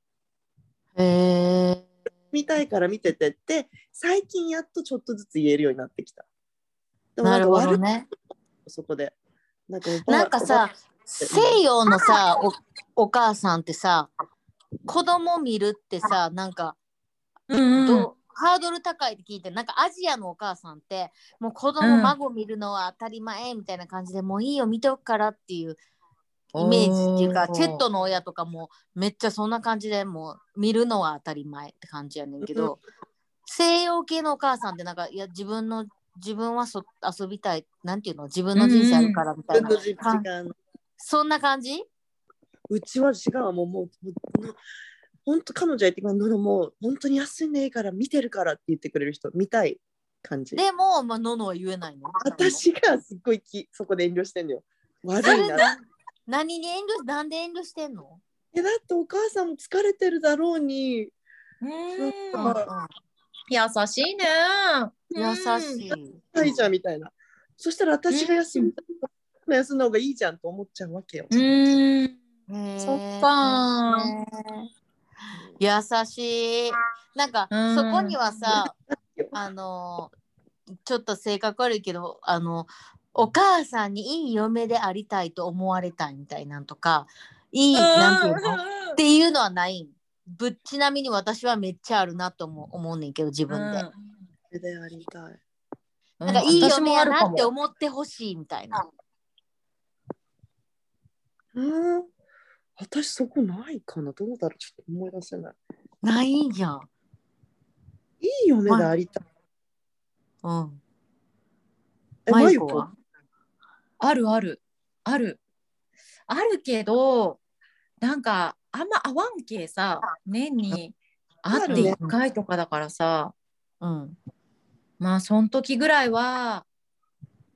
Speaker 1: へえ
Speaker 2: 見たいから見ててって最近やっとちょっとずつ言えるようになってきた。でも
Speaker 1: なるほど
Speaker 2: 悪
Speaker 1: ね。
Speaker 2: いそこで。なんかおば
Speaker 1: なんかさ、西洋のさおお母さんってさ子供見るってさなんか
Speaker 3: うん
Speaker 1: どうハードル高いって聞いてなんかアジアのお母さんってもう子供、
Speaker 3: うん
Speaker 1: 孫見るのは当たり前みたいな感じでもういいよ見とくからっていうイメージっていうかチェットの親とかもめっちゃそんな感じでもう見るのは当たり前って感じやねんけど、西洋系のお母さんってなんかいや自分の自分はそ遊びたいなんていうの自分の人生あるからみたい
Speaker 2: 自
Speaker 1: な、
Speaker 2: 分の時間
Speaker 1: そんな感じ
Speaker 2: うちは違うもうもうもう本当彼女は言ってくれるのもう本当に休んでいいから見てるからって言ってくれる人見たい感じ
Speaker 1: でも、まあ、ののは言えないの
Speaker 2: 私がすっごいきそこで遠慮してんのよ悪い
Speaker 1: それ
Speaker 2: な
Speaker 1: 何に遠慮なんで遠慮してんの
Speaker 2: えだってお母さんも疲れてるだろうに
Speaker 3: うん
Speaker 2: なんか
Speaker 3: 優しいね。
Speaker 1: 優し
Speaker 3: い。
Speaker 1: い。
Speaker 2: ないじゃんみたいな、そしたら私が休む、休んだ方がいいじゃんと思っちゃうわけよ、
Speaker 3: うん。
Speaker 1: へー
Speaker 3: そっか
Speaker 1: へ
Speaker 3: ー
Speaker 1: ー優しい。なんか、
Speaker 3: うん
Speaker 1: そこにはさ
Speaker 2: うん、
Speaker 1: あのー、ちょっと性格悪いけど、あの、お母さんにいい嫁でありたいと思われたいみたいなんとか、いい、なんていうのっていうのはないん。ぶっちなみに私はめっちゃあるなと思う思うねんけど、自分で。
Speaker 2: それでありたい
Speaker 1: なんかいい
Speaker 3: 私
Speaker 1: 嫁
Speaker 3: も
Speaker 1: や
Speaker 3: あるか
Speaker 1: なっ
Speaker 3: も
Speaker 1: て思ってほしいみたいな。
Speaker 2: うん私そこないかなどうだろうちょっと思い出せない
Speaker 1: ないんや。
Speaker 2: いい嫁でありたい
Speaker 1: うん。
Speaker 2: え
Speaker 1: マ
Speaker 2: マ
Speaker 1: イ
Speaker 2: ユ
Speaker 1: コ
Speaker 2: コ
Speaker 1: は
Speaker 3: あるある。ある。あるけど、なんかあんま合わんけさ、年に会って1回とかだからさ、
Speaker 1: うん。
Speaker 3: まあその時ぐらいは、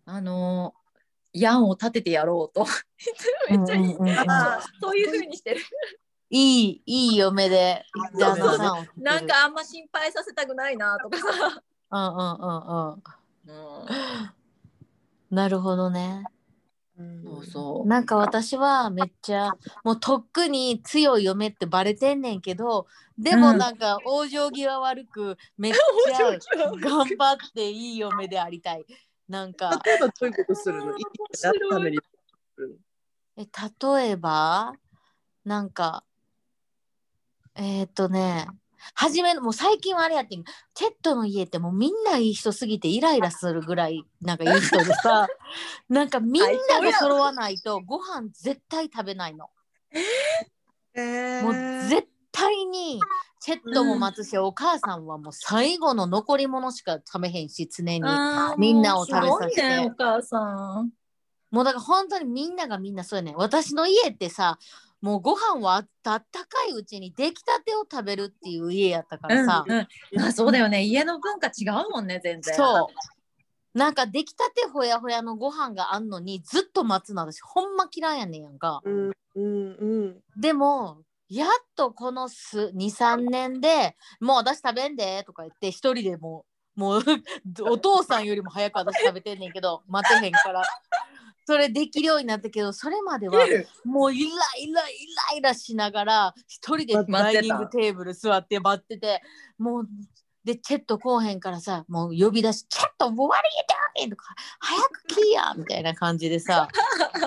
Speaker 3: あの、ヤンを立ててやろ
Speaker 1: (laughs)
Speaker 3: うと。めっちゃいい。
Speaker 1: うんうんうんうん
Speaker 2: あ
Speaker 3: そういうふうにしてる。
Speaker 1: いい、いい嫁で、旦那さんを作る。
Speaker 3: なんかあんま心配させたくないなとかさ。
Speaker 1: うんうんうんうん。
Speaker 3: うん
Speaker 1: なるほどね。
Speaker 2: うん
Speaker 3: そうそう。
Speaker 1: なんか私はめっちゃ、もうとっくに強い嫁ってバレてんねんけど、でもなんか往生際悪く、めっ (laughs) ちゃ
Speaker 3: 往生際悪く
Speaker 1: 頑張っていい嫁でありたい。なんか、
Speaker 2: 例えばどういうことするのいい
Speaker 3: 白い
Speaker 2: 嫁のためにするの
Speaker 1: え例えば、なんか、えーっとね、はじめのもう最近はあれやってんテッドの家ってもうみんないい人すぎてイライラするぐらいなんかいい人でさなんかみんなが揃わないとご飯絶対食べないのもう絶対にチェットも待つし、お母さんはもう最後の残り物しか食べへんし常にみんなを食べさせて
Speaker 3: すごいねお母さん。
Speaker 1: もうだから本当にみんながみんなそうやねん私の家ってさもうご飯はあったあったかいうちに出来たてを食べるっていう家やったからさ、
Speaker 3: うんうん、あそうだよね家の文化違うもんね全然
Speaker 1: そうなんか出来たてほやほやのご飯があんのにずっと待つの私ほんま嫌いやねんやんか
Speaker 2: うんうんうん
Speaker 1: でもやっとこの23年でもう私食べんでとか言って一人でもうもう (laughs) お父さんよりも早く私食べてんねんけど待てへんからそれできるようになったけどそれまではもうイライライライラしながら一人でダイニングテーブル座って待っててもうでチェットこうへんからさもう呼び出し「チェット終わりだ!」とか「早く来いや!」みたいな感じでさ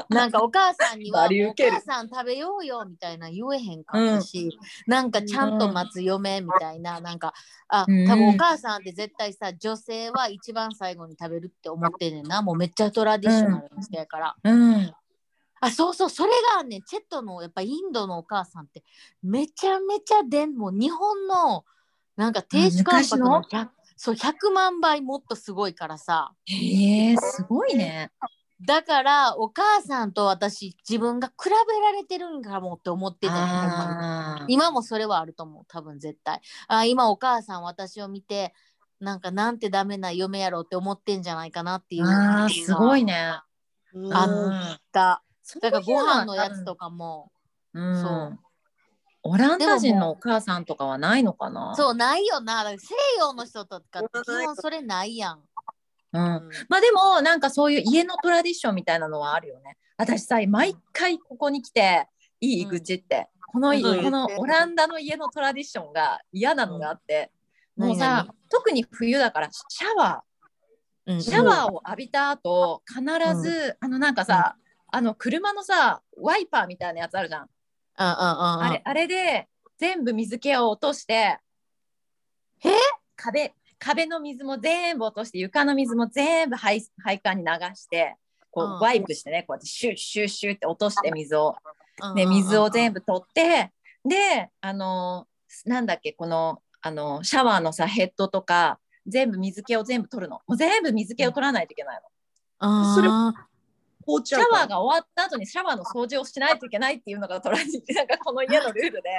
Speaker 1: なんかお母さんには「
Speaker 3: バリ
Speaker 1: もう
Speaker 3: ウ
Speaker 1: お
Speaker 3: ケる
Speaker 1: 母さん食べようよ」みたいな言えへんかったし、なんかちゃんと待つ嫁みたいななんかあ
Speaker 3: うん
Speaker 1: 多分お母さんって絶対さ女性は一番最後に食べるって思ってんねんなもうめっちゃトラディショナルにしてやから。
Speaker 3: うん
Speaker 1: あそうそうそれがねチェットのやっぱインドのお母さんってめちゃめちゃでも日本のなんか亭主関白
Speaker 3: あ
Speaker 1: の
Speaker 3: 昔
Speaker 1: 100そう100万倍もっとすごいからさ
Speaker 3: へえすごいね
Speaker 1: だからお母さんと私自分が比べられてるんかもって思ってたよほんまに
Speaker 3: あー
Speaker 1: 今もそれはあると思う多分絶対あ今お母さん私を見てなんかなんてダメな嫁やろうって思ってんじゃないかなっていう
Speaker 3: あーすごい
Speaker 1: ね
Speaker 3: ね
Speaker 2: うん
Speaker 1: あ
Speaker 3: うん
Speaker 1: だ
Speaker 3: そう
Speaker 1: だ
Speaker 3: いう
Speaker 1: からご飯のやつ
Speaker 3: か
Speaker 1: とかも、
Speaker 3: うん
Speaker 1: そう
Speaker 3: オランダ人のお母さんとかはないのかな
Speaker 1: そうないよなだから西洋の人とかって基本それないやん
Speaker 3: う、
Speaker 2: うんん
Speaker 3: まあでもなんかそういう家のトラディションみたいなのはあるよね。私さ毎回ここに来ていい
Speaker 1: うん
Speaker 3: 愚痴って、この、
Speaker 2: うん
Speaker 3: このオランダの家のトラディションが嫌なのがあって、
Speaker 1: うん
Speaker 3: もう
Speaker 1: 何
Speaker 3: さ特に冬だからシャワ
Speaker 1: うん
Speaker 3: ーシャワーを浴びた後必ず、あのなんかさ、あの車のさワイパーみたいなやつあるじゃん。
Speaker 1: うんうんうん
Speaker 3: あれあれで全部水気を落として
Speaker 1: え
Speaker 3: 壁壁の水も全部落として床の水も全部配配管に流してこう、
Speaker 1: うん
Speaker 3: ワイプしてねこうやってシュッシュッシュッって落として水を、
Speaker 1: うん
Speaker 3: で水を全
Speaker 1: 部
Speaker 3: 部取ってであのーなんだっけこのあのシャワーのさヘッドとか全部水気を全部取るのもう全部水気を取らないといけないの、
Speaker 2: それ
Speaker 1: あー
Speaker 2: 紅茶
Speaker 3: シャワーが終わった後にシャワーの掃除をしないといけないっていうのがトラジ (laughs) なんかこの家のルールで。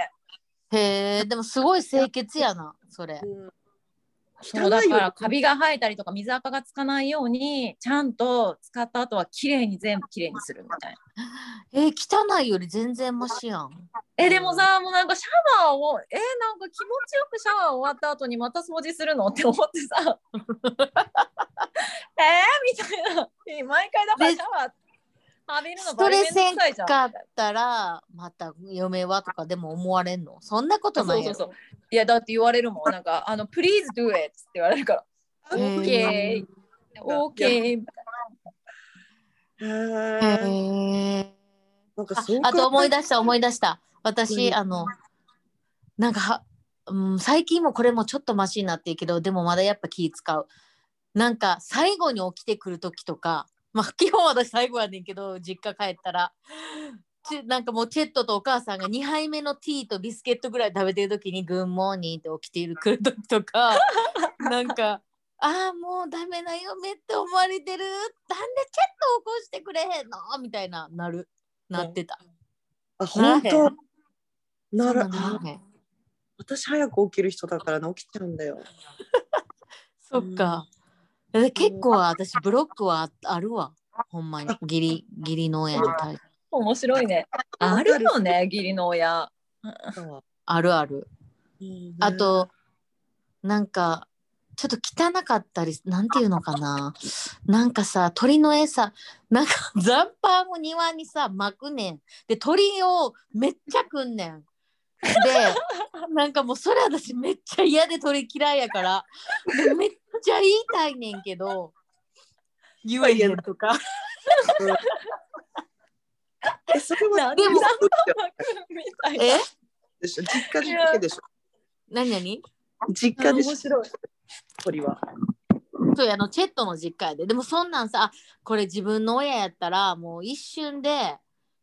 Speaker 1: へえでもすごい清潔やなそれ
Speaker 2: うん
Speaker 3: そ
Speaker 2: 汚
Speaker 3: うだ
Speaker 2: い
Speaker 3: か
Speaker 2: よ
Speaker 3: らカビが生えたりとか水垢がつかないようにちゃんと使った後はきれいに全部きれいにするみたいな。
Speaker 1: えー汚いより全然マシやん
Speaker 3: えでもさもうなんかシャワーをえなんか気持ちよくシャワー終わった後にまた掃除するのって思ってさ (laughs) えー、みたいなえ毎回だからシャワー浴びるの
Speaker 1: ストレス
Speaker 3: バリ
Speaker 1: せ
Speaker 3: めん
Speaker 1: ん
Speaker 3: どくさいじゃん
Speaker 1: かったらまた嫁はとかでも思われんのそんなことな
Speaker 3: そう
Speaker 1: い
Speaker 3: そ
Speaker 1: や
Speaker 3: う
Speaker 1: ろ
Speaker 3: そういやだって言われるもんなんかあの「Please do it」って言われるから「
Speaker 2: あ
Speaker 1: へー
Speaker 3: OK」「OK」
Speaker 2: へ
Speaker 1: へ
Speaker 2: ー
Speaker 1: え
Speaker 2: なんか
Speaker 1: あ
Speaker 2: そう
Speaker 1: あと思い
Speaker 2: し
Speaker 1: 出した思い出した私、
Speaker 2: うん
Speaker 1: あのなんかは、うん、最近もこれもちょっとマシになってるけどでもまだやっぱ気使うなんか最後に起きてくる時とかまあ基本私最後やねんけど実家帰ったらちなんかもうチェットとお母さんが2杯目のティーとビスケットぐらい食べてる時に「グンモーニー」って起きているくる時と
Speaker 2: (laughs)
Speaker 1: かなんか「ああもうダメな嫁って思われてるなんでチェット起こしてくれへんの?」みたいななるなってた。
Speaker 2: あ本
Speaker 1: ならへ
Speaker 2: 当
Speaker 1: ん
Speaker 2: なら
Speaker 1: そうなんだよね
Speaker 2: 私早く起きる人だからね起きちゃうんだよ
Speaker 1: そっか。え結構私ブロックはああるわ。ほんまにギリギリの親に対して
Speaker 3: 面白いね。
Speaker 2: わ
Speaker 3: あ
Speaker 2: かる
Speaker 3: るよね、義理の親。 (laughs)
Speaker 1: あるある。あとなんかちょっと汚かったりなんていうのかななんかさ鳥の餌なんか (laughs) 残飯を庭にさ巻くねんで鳥をめっちゃ食んねんでなんかもうそれ私めっちゃ嫌で鳥嫌いやからでめっちゃ言いたいねんけど (laughs) 言えへんとか
Speaker 2: えそれは
Speaker 1: でも
Speaker 2: そう
Speaker 3: みたいな。
Speaker 1: (laughs) え
Speaker 2: でしょ実家だけでしょ
Speaker 1: 何何
Speaker 2: 実家で
Speaker 3: 面
Speaker 2: しょ
Speaker 3: 白い。
Speaker 2: 鳥は
Speaker 1: そうやあのチェットの実家やででもそんなんさあこれ自分の親やったらもう一瞬で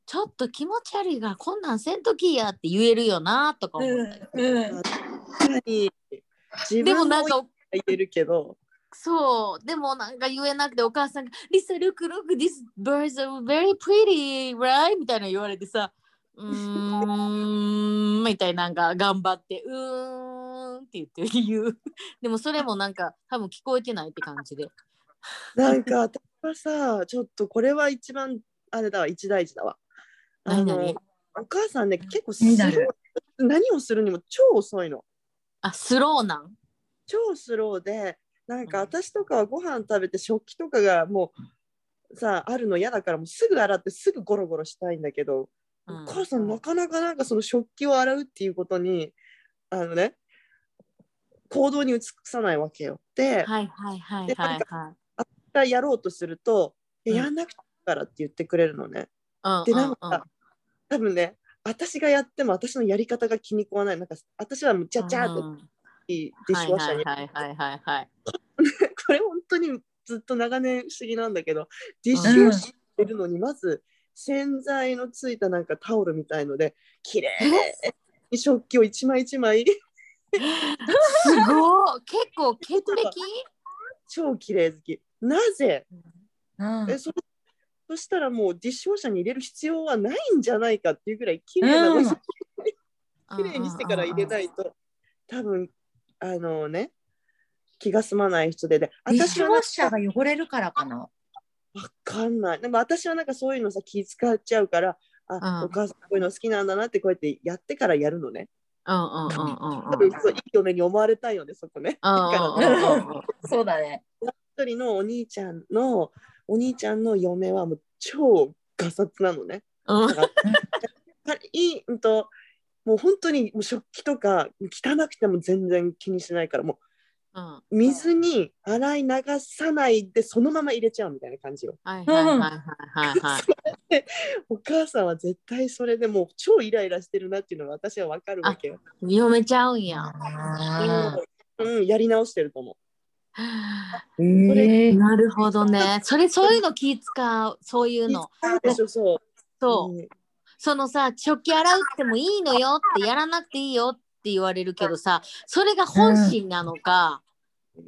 Speaker 1: ちょっと気持ち悪いがこんなんせんときやって言えるよなとか思う、
Speaker 3: うん、うん。
Speaker 2: 確かに自
Speaker 1: でも
Speaker 2: 分
Speaker 1: なん
Speaker 2: の
Speaker 1: か
Speaker 2: 言えるけど
Speaker 1: そうでもなんか言えなくてお母さんが「Lisa look look these birds are very pretty right?」みたいなの言われてさ「うーん」みたいなのが頑張って「うーん」って言って言うでもそれもなんか多分聞こえてないって感じで
Speaker 2: なんか私はさちょっとこれは一番あれだわ一大事だわあ
Speaker 1: 何々
Speaker 2: のお母さんね結構す
Speaker 3: 気になる
Speaker 2: ごい何をするにも超遅いの
Speaker 1: あスローなん
Speaker 2: 超スローでなんか
Speaker 1: うん
Speaker 2: 私とかはご飯食べて食器とかがもうさあるの嫌だからもうすぐ洗ってすぐゴロゴロしたいんだけど、
Speaker 1: うん
Speaker 2: お母さんなかなかなんかその食器を洗うっていうことにあのね行動に移さないわけよ。で、
Speaker 1: はいはいはい
Speaker 2: で
Speaker 1: は
Speaker 2: ないん
Speaker 1: はい。
Speaker 2: やろうとすると「え
Speaker 1: うん
Speaker 2: やんなくていいから」って言ってくれるのね。
Speaker 1: うん
Speaker 2: でなんか多分ね私がやっても私のやり方が気に食わないなんか私はもうちゃちゃーっ
Speaker 1: う
Speaker 2: と
Speaker 1: ん
Speaker 2: ディッシュワーシャーに
Speaker 1: はいはいはいはいはい
Speaker 2: (laughs) これ本当にずっと長年不思議なんだけどディッシュをしてるのにまず洗剤のついたなんかタオルみたいので綺麗に食器を一枚一枚
Speaker 1: すごい結構潔癖
Speaker 2: 超綺麗好きなぜ
Speaker 3: うん
Speaker 2: えそそしたらもうディッシュウォーシャーに入れる必要はないんじゃないかっていうぐらい綺麗なの
Speaker 3: う
Speaker 2: を
Speaker 3: ん
Speaker 2: 綺麗にしてから入れないと多分あのね気が済まない人でで
Speaker 3: ディッ
Speaker 2: 私
Speaker 3: シュ
Speaker 2: は
Speaker 3: ウォ
Speaker 2: な
Speaker 3: ッ
Speaker 2: ん
Speaker 3: シャーが汚れるからかな。
Speaker 2: わかんない。でも私はなんかそういうのさ気使っちゃうからあ、
Speaker 1: うん
Speaker 2: お母さんこういうの好きなんだなってこうやってやってからやるのね。
Speaker 1: うんうんうんうん
Speaker 2: 多
Speaker 1: うん
Speaker 2: 分そういい嫁に思われたいよねそこね。
Speaker 1: うんうんうんうん
Speaker 4: そうだね。
Speaker 2: 一人のお兄ちゃんのお兄ちゃんの嫁はもう超ガサツなのね。
Speaker 1: うん
Speaker 2: いいうんともう本当にもう食器とか汚くても全然気にしないからも
Speaker 1: うん
Speaker 2: う水に洗い流さないでそのまま入れちゃうみたいな感じよ。
Speaker 1: はいはいはいはいはいはい。
Speaker 2: お母さんは絶対それでもう超イライラしてるなっていうのは私はわかるわけよ。
Speaker 1: 読めちゃうんや。
Speaker 2: うん、やり直してると思
Speaker 4: うん
Speaker 2: それ。
Speaker 1: なるほどね。それそういうの気使うそういううの。
Speaker 2: そうでしょそう。
Speaker 1: そう。
Speaker 2: うん
Speaker 1: そのさ食器洗うってもいいのよってやらなくていいよって言われるけどさそれが本心なのか、
Speaker 4: う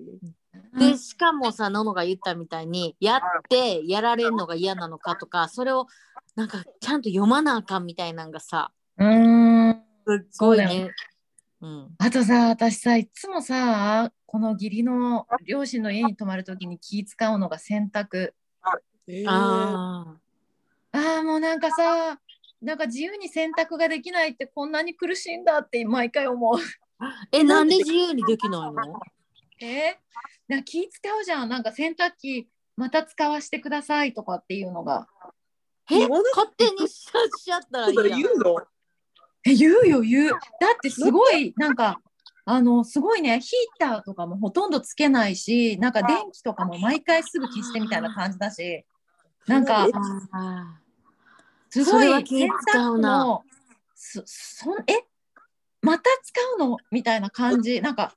Speaker 1: で
Speaker 4: ん
Speaker 1: しかもさののが言ったみたいにやってやられるのが嫌なのかとかそれをなんかちゃんと読まなあかんみたいなんがさ
Speaker 3: うん
Speaker 1: すっごい
Speaker 3: そうだ
Speaker 1: ね。うん、
Speaker 3: あとさ私さいつもさこの義理の両親の家に泊まるときに気使うのが洗濯
Speaker 2: えー
Speaker 1: あ
Speaker 3: ああもうなんかさなんか自由に洗濯ができないってこんなに苦しいんだって毎回思う。
Speaker 1: ーえなんで自由にできないの
Speaker 3: えー、な気使うじゃんなんか洗濯機また使わせてくださいとかっていうのが
Speaker 1: え
Speaker 2: 言わなく
Speaker 1: 勝手にしちゃしちゃったらいい
Speaker 2: それ
Speaker 1: やん
Speaker 2: 言。うの
Speaker 3: え言うよ
Speaker 1: (laughs)
Speaker 3: 言うだってすごいなんかあのすごいねヒーターとかもほとんどつけないしなんか電気とかも毎回すぐ消してみたいな感じだしなんか
Speaker 2: え
Speaker 1: あ
Speaker 3: す
Speaker 1: そ
Speaker 3: ご
Speaker 1: れはい気使うな
Speaker 3: のそそんえまた使うのみたいな感じなんか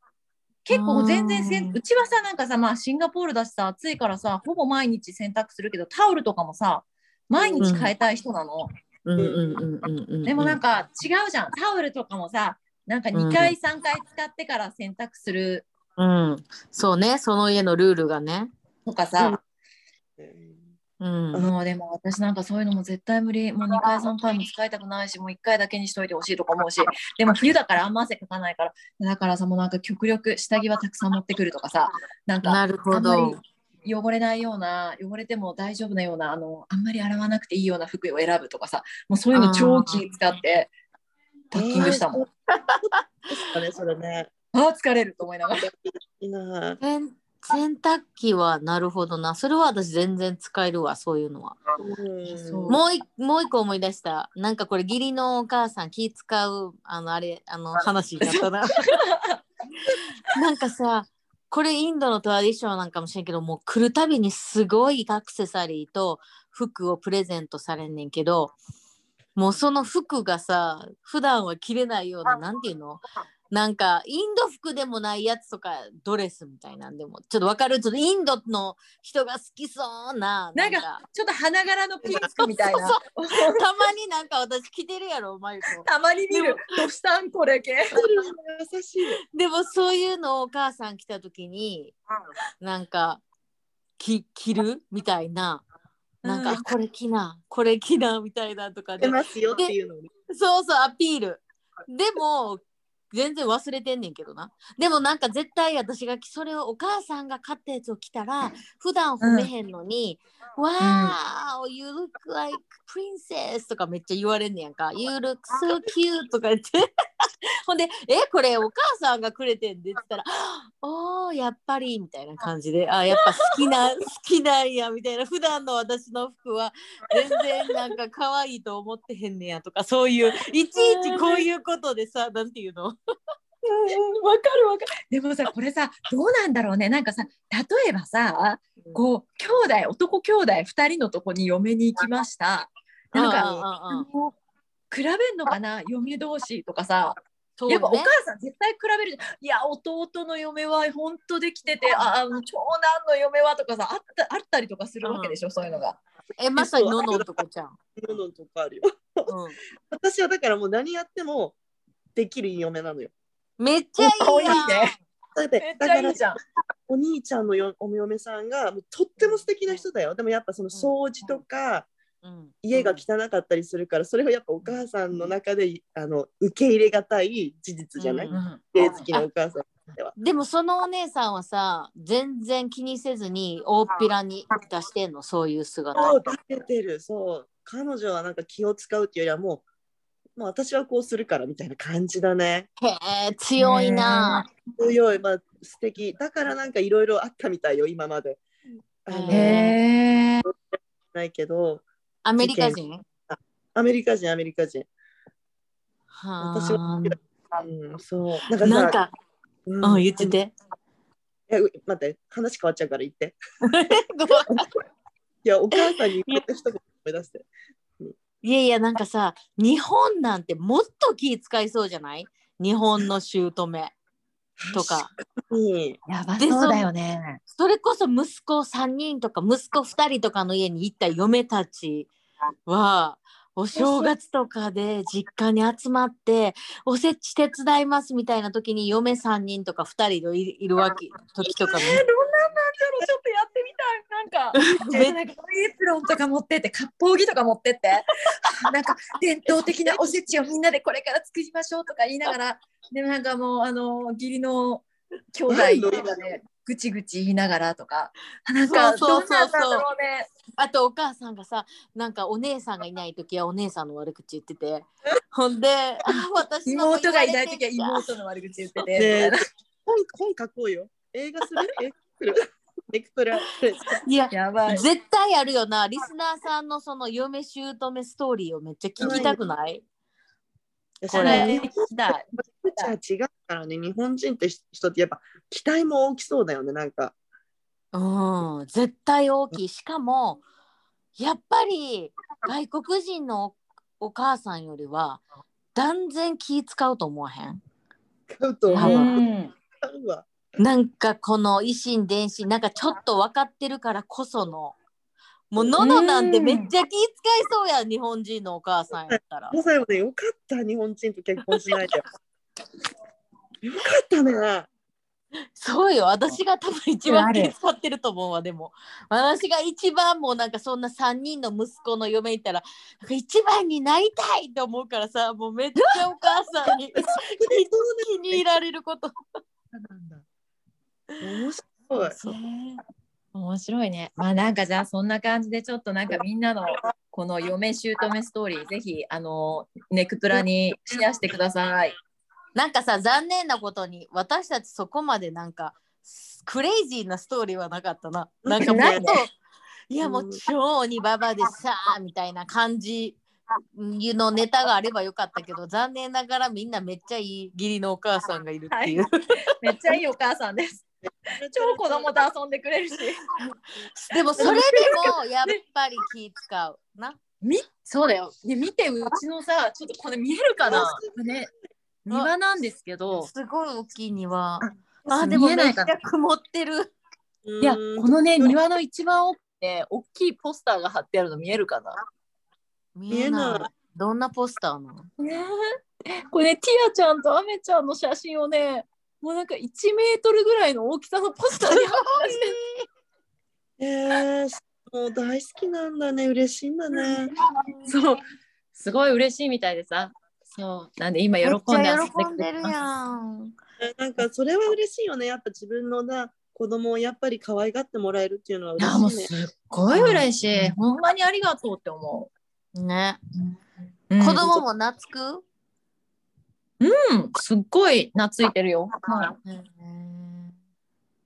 Speaker 3: 結構全然せ
Speaker 1: うんん
Speaker 3: うちはさなんかさまあシンガポールだしさ暑いからさほぼ毎日洗濯するけどタオルとかもさ毎日変えたい人なの、
Speaker 1: ーうんうんうんうんうん。
Speaker 3: でもなんか違うじゃんタオルとかもさなんか2回3回使ってから洗濯する
Speaker 1: うん、そうね、その家のルールがね。
Speaker 3: とかさ、
Speaker 1: うん、
Speaker 3: もうでも私なんかそういうのも絶対無理もう2回3回も使いたくないしもう1回だけにしといてほしいとか思うしでも冬だからあんま汗かかないからだからさもうなんか極力下着はたくさん持ってくるとかさなんか
Speaker 1: なるほ
Speaker 3: あん
Speaker 1: ど
Speaker 3: ま。汚れないような汚れても大丈夫なようなあのあんまり洗わなくていいような服を選ぶとかさもうそういうの超気使ってパッキングしたもん、
Speaker 2: えーそうですかねそれね。
Speaker 3: ああ疲れると思いながら
Speaker 2: いいなぁ。
Speaker 1: せん洗濯機はなるほどな。それは私全然使えるわ、そういうのは。
Speaker 2: うん
Speaker 3: そう
Speaker 1: もういもう一個思い出した。なんかこれ義理のお母さん気使うあのあれあの話だったな。
Speaker 3: (laughs)
Speaker 1: なんかさ、これインドのトラディションなんかもしれんけど、もう来るたびにすごいアクセサリーと服をプレゼントされんねんけど、もうその服がさ、普段は着れないような、なんていうのなんかインド服でもないやつとかドレスみたいなんでもちょっとわかるちょっとインドの人が好きそうな
Speaker 3: なんかちょっと花柄のピンクみたい
Speaker 1: (laughs)
Speaker 3: な
Speaker 1: そうたまになんか私着てるやろ、マユコ。
Speaker 3: たまに見るどうしたんこれ系
Speaker 2: 優しい。
Speaker 1: でもそういうのをお母さん来た時に、なんか、き着るみたいな。なんか、
Speaker 3: うん
Speaker 1: あこれ着な、これ着な、みたいなとか
Speaker 2: 出
Speaker 1: で。
Speaker 2: ますよっていうのね。
Speaker 1: そうそう、アピール。でも、全然忘れてんねんけどな。でもなんか絶対私が着それをお母さんが買ったやつを着たら、普段褒めへんのに、わー、お you look like princess とかめっちゃ言われんねやんか。You look so cute とか言って。 (laughs) ほんで、え、これお母さんがくれてんでって言ったら、 (gasps) おー、やっぱりみたいな感じで、あ、やっぱ好きな、
Speaker 3: (laughs)
Speaker 1: 好きなんやみたいな、普段の私の服は全然なんか可愛いと思ってへんねやとか、そういう、いちいちこういうことでさ、なんていうの
Speaker 3: うんわかるわかる。でもさ、これさ、どうなんだろうね。なんかさ、例えばさ、こう、兄弟、男兄弟二人のとこに嫁に行きました。なん
Speaker 1: うん
Speaker 3: か、
Speaker 1: うんうんうん
Speaker 3: もう比べんのかな、嫁同士とかさ。
Speaker 1: そう
Speaker 3: やっぱお
Speaker 1: ね
Speaker 3: 母さん絶対比べる。いや、弟の嫁は本当できてて、ああ、長男の嫁はとかさ、あった、あったりとかするわけでしょ、そういうのが。
Speaker 1: え、まさにののんとこちゃん。
Speaker 2: ののとかあるよ。
Speaker 1: う
Speaker 2: 私はだからもう何やってもできる嫁なのよ。
Speaker 1: ん、めっちゃい
Speaker 3: 可愛
Speaker 1: いやん。
Speaker 3: いね。
Speaker 2: だっ
Speaker 3: めって
Speaker 2: だ
Speaker 3: ちゃ
Speaker 2: か
Speaker 3: い
Speaker 2: ら
Speaker 3: いじゃん。
Speaker 2: お兄ちゃんのよお嫁さんがもうとっても素敵な人だよ。でもやっぱその掃除とか
Speaker 1: うん
Speaker 2: 家が汚かったりするからそれはやっぱお母さんの中であの受け入れがたい事実じゃない
Speaker 1: うん。
Speaker 2: 家好きなお母さん。
Speaker 1: でもそのお姉さんはさ全然気にせずに大っぴらに出してんのそういう姿
Speaker 2: そう出てるそう彼女はなんか気を使うっていうよりはもう、まあ、私はこうするからみたいな感じだね。
Speaker 1: へえ、強いな。
Speaker 2: 強い、まあ、素敵だからなんかいろいろあったみたいよ、今まで。あの
Speaker 3: へえ。
Speaker 2: ないけど、
Speaker 1: アメリカ人
Speaker 2: アメリカ人、アメリカ人。
Speaker 1: は
Speaker 2: 私は好きだうん、そう。な
Speaker 1: あ
Speaker 2: ん
Speaker 1: な
Speaker 2: かさ
Speaker 1: んか、
Speaker 2: う
Speaker 1: うん、言ってて。
Speaker 2: えう待って、話変わっちゃうから言って。
Speaker 1: ごめん
Speaker 2: いや、お母さんに言った一言思い出して。
Speaker 1: いやいや、なんかさ、日本なんてもっと気使いそうじゃない日本の姑とか。
Speaker 2: うん
Speaker 5: やば
Speaker 1: で
Speaker 5: そうだよね。
Speaker 1: それこそ息子3人とか息子2人とかの家に行った嫁たちはお正月とかで実家に集まっておせち手伝いますみたいな時に嫁3人とか2人でいいるわけ時とかも
Speaker 3: どんなんなんじゃろうちょっとやっ
Speaker 1: (laughs)
Speaker 3: てみたい。なんか、なんかエプロンとか持ってって、割烹着とか持って (laughs) って、なんか伝統的なおせちをみんなでこれから作りましょうとか言いながら、でもなんかもう、あの、義理の兄弟とかで、ぐちぐち言いながらとか、なんか、
Speaker 1: そ
Speaker 3: ど
Speaker 1: うそうそううそうん
Speaker 3: ななんだろうね。
Speaker 1: あとお母さんがさなんかお姉さんがいない時はお姉さんの悪口言っててほんであ私の
Speaker 3: 妹がいない
Speaker 1: 言われ
Speaker 3: 時は
Speaker 1: てんじゃん
Speaker 3: 妹の悪口言って
Speaker 2: ね
Speaker 3: て。
Speaker 2: 本本書こうよ。映
Speaker 1: (laughs)
Speaker 2: 画する映画するエクプラ。
Speaker 1: いや
Speaker 3: (laughs) やばい。
Speaker 1: 絶対あるよなリスナーさんのその嫁姑ストーリーをめっちゃ聞きたくないこれ
Speaker 2: ね
Speaker 1: 聞きたい
Speaker 2: じゃあ違うからね、日本人って人ってやっぱ期待も大きそうだよね、なんか。
Speaker 1: うん、絶対大きい。しかも、やっぱり外国人のおお母さんよりは断然気使うと思わへん。
Speaker 2: 買うと
Speaker 1: 多
Speaker 2: 思う。
Speaker 1: 分
Speaker 3: うん
Speaker 2: 買うわ
Speaker 1: なんかこの維新伝心、なんかちょっと分かってるからこその。もうののなんてめっちゃ気使いそうやん、日本人のお母さんやったら。
Speaker 2: まさよね、よかった、日本人と結婚しないで。よかったね。
Speaker 1: そうよ、私が多分一番気使ってると思うわ、でも。私が一番もうなんかそんな3人の息子の嫁いたら、なんか一番になりたいと思うからさ、もうめっちゃお母さん (laughs) に気に入られること。
Speaker 2: なんだ。面白い。
Speaker 1: そう
Speaker 3: ね面白いね。まあなんかじゃあそんな感じでちょっとなんかみんなのこの嫁姑ストーリーぜひあのネクプラにシェアしてください。
Speaker 1: なんかさ、残念なことに、私たちそこまでなんか、クレイジーなストーリーはなかったな。なんかもっ
Speaker 3: ない
Speaker 1: と、いやもう超鬼ババでさあみたいな感じのネタがあればよかったけど、残念ながらみんなめっちゃいい義理のお母さんがいるっていう。
Speaker 3: めっちゃいいお母さんです。 (laughs) 超子供と遊んでくれるし。
Speaker 1: (laughs) でもそれでもやっぱり気使うな。
Speaker 3: みそうだよ。で見てうちのさちょっとこれ見えるかな。ね庭なんですけど。
Speaker 1: すごい大きい庭。
Speaker 3: あ
Speaker 1: あ、でも
Speaker 3: 見
Speaker 1: め
Speaker 3: え
Speaker 1: っ
Speaker 3: ない
Speaker 1: ち
Speaker 3: か
Speaker 1: ゃ
Speaker 3: な
Speaker 1: 曇ってる。
Speaker 2: い
Speaker 3: いやこのね庭の一番奥で大きいポスターが貼ってあるの見えるかな。
Speaker 1: 見え
Speaker 2: 見え
Speaker 1: な。
Speaker 2: ない
Speaker 1: どんなポスターなの
Speaker 3: ねえこれねティアちゃんとアメちゃんの写真をねもうなんか1メートルぐらいの大きさのポスターに貼ってて
Speaker 2: えー、もう大好きなんだね、嬉しいんだね。
Speaker 3: (laughs) そうすごい嬉しいみたいでさそうなんで今喜
Speaker 1: めっち
Speaker 3: んで遊
Speaker 1: ゃ
Speaker 3: んで
Speaker 1: 喜んでる
Speaker 3: くれてま
Speaker 1: やん。
Speaker 2: えなんかそれは嬉しいよね、やっぱ自分のな子供をやっぱり可愛がってもらえるっていうのは
Speaker 3: すいやも
Speaker 2: 嬉
Speaker 3: う
Speaker 2: しいね。
Speaker 3: すっごい嬉しい、ほんまにありがとうって思
Speaker 1: ね。
Speaker 3: う、
Speaker 1: 子供も懐く、
Speaker 3: うんすっごい懐いてるよ、はい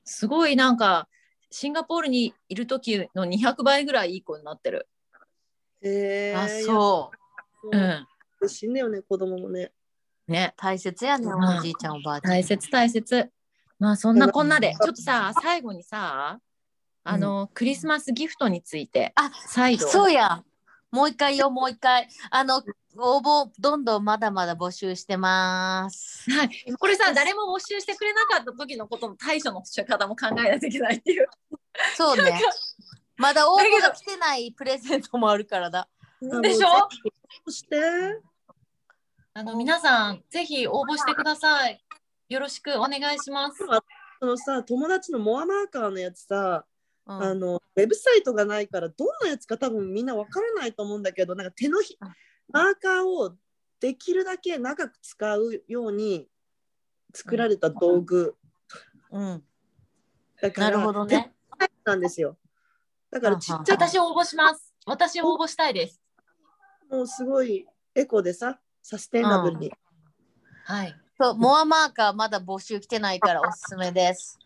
Speaker 3: すごいなんかシンガポールにいる時の200倍ぐらいいい子になってる、
Speaker 2: えー、
Speaker 1: あ、
Speaker 2: う。
Speaker 1: そう。
Speaker 3: うん
Speaker 2: 嬉しいんだよね、子供もね。
Speaker 3: ね
Speaker 1: 大切やね、
Speaker 3: うん
Speaker 1: おじいちゃん、おばあちゃん。
Speaker 3: 大切大切まあそんなこんなでちょっとさ最後にさあの、クリスマスギフトについて
Speaker 1: あ
Speaker 3: 再度
Speaker 1: そうや。もう一回よ、もう一回。あの、応募、どんどんまだまだ募集してます。
Speaker 3: はい、これさ誰も募集してくれなかった時のことの対処の仕方も考えないといけないっていう
Speaker 1: そう
Speaker 3: な
Speaker 1: ね
Speaker 3: んか。
Speaker 1: まだ応
Speaker 3: だけ
Speaker 1: 募
Speaker 3: ど
Speaker 1: が来てないプレゼントもあるからだ。
Speaker 3: でしょ
Speaker 2: あもうぜひそして、
Speaker 3: あの皆さんぜひ応募してくださいよろしくお願いします
Speaker 2: そのさ、友達のモアマーカーのやつさ、
Speaker 1: うん
Speaker 2: あのウェブサイトがないからどんなやつか多分みんなわからないと思うんだけどなんか手のひ
Speaker 1: うん
Speaker 2: マーカーをできるだけ長く使うように作られた道具
Speaker 1: うん、
Speaker 2: だか
Speaker 1: な
Speaker 2: ら
Speaker 1: るほどね。
Speaker 2: 手なんですよだからちっちゃく
Speaker 3: 私応募します私応募したいです
Speaker 2: もうすごいエコでさ、サステイナブルに。
Speaker 6: はい。
Speaker 1: そう、モアマーカーまだ募集来てないからおすすめです。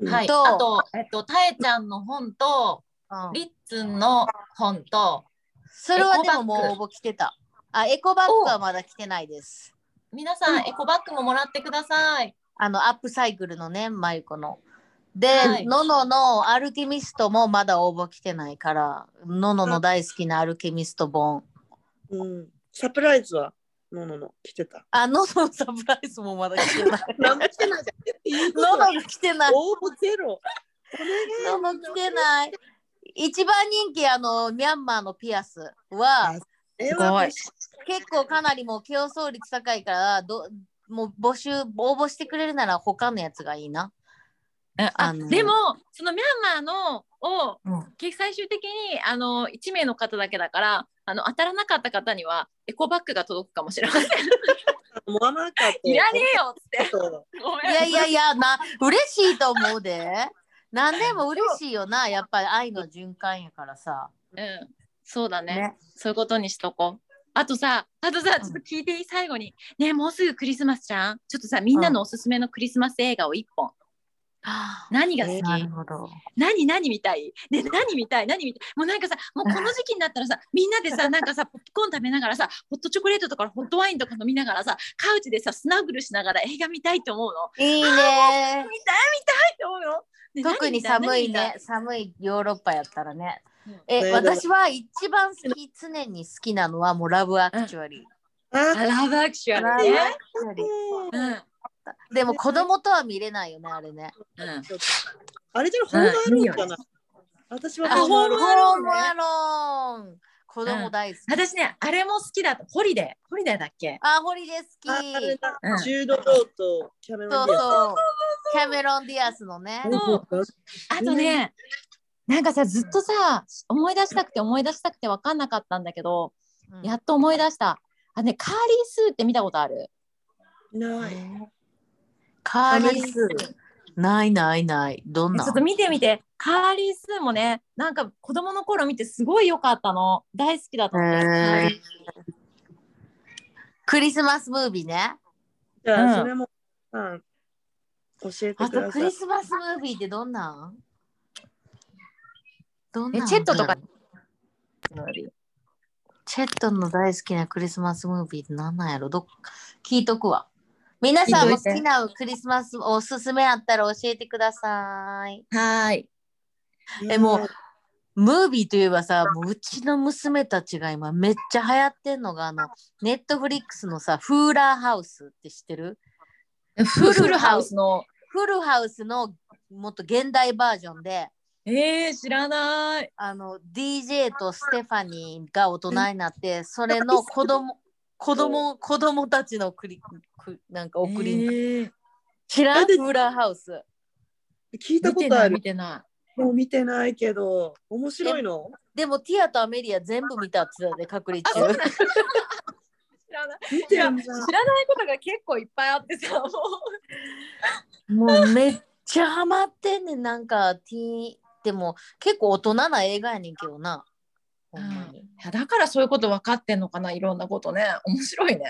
Speaker 2: うん
Speaker 6: はい。
Speaker 1: と
Speaker 6: あと、えっと、たえちゃんの本と、
Speaker 1: うん、
Speaker 6: リッツンの本と、
Speaker 1: それはで
Speaker 6: エコ
Speaker 1: も
Speaker 6: バッグ
Speaker 1: もう応募来てた。あ、エコバッグはまだ来てないです。
Speaker 6: 皆さん、エコバッグももらってください。
Speaker 1: あの、アップサイクルのね、マユコの。で、
Speaker 6: はい
Speaker 1: ノノのアルケミストもまだ応募来てないから、ノノの大好きなアルケミスト本。
Speaker 2: うん、サプライズは、ののの、来てた。
Speaker 1: あ、ノノのサプライズもまだ来て (laughs) ない。
Speaker 2: 何も来てないじゃん。言うこと
Speaker 1: ノ
Speaker 2: は
Speaker 1: ノが来てない。
Speaker 2: 応募ゼロ。
Speaker 1: ノノ来てない。一番人気、あの、ミャンマーのピアスは、
Speaker 2: す
Speaker 3: ごい。
Speaker 1: 結構かなりもう競争率高いからどもう募集応募してくれるなら他のやつがいいな。
Speaker 3: あ
Speaker 1: あの
Speaker 3: でもそのミャンマーのを、
Speaker 1: うん
Speaker 3: 結最終的にあの1名の方だけだからあの当たらなかった方にはエコバッグが届くかもしれません。
Speaker 2: モアマーカーと。
Speaker 3: いらねえよっつって。
Speaker 2: と
Speaker 3: ごめん
Speaker 1: いやいやいや
Speaker 3: (laughs)
Speaker 1: な嬉しいと思うで。何でも嬉しいよなやっぱり愛の循環やからさ。
Speaker 3: うん、そうだね
Speaker 1: ね
Speaker 3: そういうことにしとこう。あとさ、あとさ、ちょっと聞いていい最後に。ねえもうすぐクリスマスじゃん。ちょっとさ、みんなのおすすめのクリスマス映画を一本。
Speaker 1: はあ
Speaker 3: 何が好き、
Speaker 1: なるほど。
Speaker 3: 何何見たいね何見たい何見たいもうなんかさ、もうこの時期になった
Speaker 1: (laughs)
Speaker 3: らさ、みんなでさ、なんかさ、ポップコーン食べながらさ、ホットチョコレートとかホットワインとか飲みながらさ、カウチでさ、スナグルしながら映画見たいと思うの。
Speaker 1: いいね。
Speaker 3: はいって思うよ。ね
Speaker 1: 特に寒い。ね
Speaker 3: 何見た
Speaker 1: 寒いヨーロッパやったらね
Speaker 3: うん。
Speaker 1: え
Speaker 2: ね
Speaker 1: 私は一番好き常に好きなのはもうラブアクチュアリー。
Speaker 2: あ、
Speaker 3: 何見たあラブアクション
Speaker 1: ラブ
Speaker 3: ね。
Speaker 1: アクチュアリー
Speaker 3: うん。うん。
Speaker 1: でも子供とは見れないよねあれね。
Speaker 2: あれじゃホームアローンかな。私は
Speaker 3: あ
Speaker 2: ホームア
Speaker 1: ホ
Speaker 2: ロ
Speaker 1: ー
Speaker 2: ーン。
Speaker 1: ムアローン。子供大好き。
Speaker 3: 私ね、あれも好きだった。ホリデー。ホリデーだっけ
Speaker 1: あ、ホリデー
Speaker 2: ああれ
Speaker 1: 好き。
Speaker 2: だ
Speaker 3: うん
Speaker 2: ジュード・ローとキャメロ
Speaker 1: そ
Speaker 2: ン・
Speaker 1: う
Speaker 2: ディアス
Speaker 1: そう。キャメロン・ディアスのね。
Speaker 3: そうあとね、なんかさずっとさ思い出したくて思い出したくて分かんなかったんだけど
Speaker 1: うん
Speaker 3: やっと思い出したあねカーリースーって見たことある
Speaker 2: ない。
Speaker 1: カーリス。ないないない。どん
Speaker 3: ち
Speaker 1: な
Speaker 3: ょっと見てみてカーリースーもねなんか子供の頃見てすごい良かったの大好きだったの、
Speaker 1: へー
Speaker 3: カーリー
Speaker 1: クリスマスムービーね。
Speaker 2: じゃあ、
Speaker 3: うん
Speaker 2: それも、うん、教えて
Speaker 1: あ
Speaker 2: く
Speaker 1: と
Speaker 2: だ
Speaker 1: ク
Speaker 2: さ
Speaker 1: リ
Speaker 2: い。
Speaker 1: スマスムービーってどんなんどんなん
Speaker 3: えチェットとか
Speaker 1: ムービーチェットの大好きなクリスマスムービーってなんなんやろどっ聞いとくわ。皆さんも好きなクリスマスおすすめあったら教えてください。
Speaker 3: はーい
Speaker 1: えもうムービーといえばさ、もううちの娘たちが今めっちゃ流行ってんのが、あの、ネットフリックスのさ、フーラーハウスって知ってる
Speaker 3: フル
Speaker 1: フ
Speaker 3: フ
Speaker 1: ル
Speaker 3: ル
Speaker 1: ハ
Speaker 3: ハ
Speaker 1: ウ
Speaker 3: ウ
Speaker 1: ス
Speaker 3: スの
Speaker 1: フルハウスのもっと現代バージョンで、
Speaker 3: えー、知らない
Speaker 1: あの、DJ とステファニーが大人になって、それの子供、子供、子供たちのクリクなんか送り、
Speaker 3: えー
Speaker 1: 知らん
Speaker 2: だって
Speaker 1: フーラーハウス。
Speaker 2: 聞いた
Speaker 3: 見
Speaker 2: こ
Speaker 3: て
Speaker 2: と
Speaker 3: な
Speaker 2: あ
Speaker 3: い見
Speaker 2: る。
Speaker 3: てな
Speaker 2: もう見てないけど、面白いの
Speaker 1: でも、ティアとアメリア全部見たって言ってたで、隔離中。
Speaker 3: い知らない
Speaker 2: 見
Speaker 3: い
Speaker 2: て
Speaker 3: や
Speaker 2: ん
Speaker 3: 知
Speaker 2: じゃん。
Speaker 3: らないことが結構いっぱいあってさもう
Speaker 1: もうめっちゃハマってんねんなんかティーンでも結構大人な映画やねんけどなほんまに、
Speaker 3: いやだからそういうこと分かってんのかないろんなことね面白いね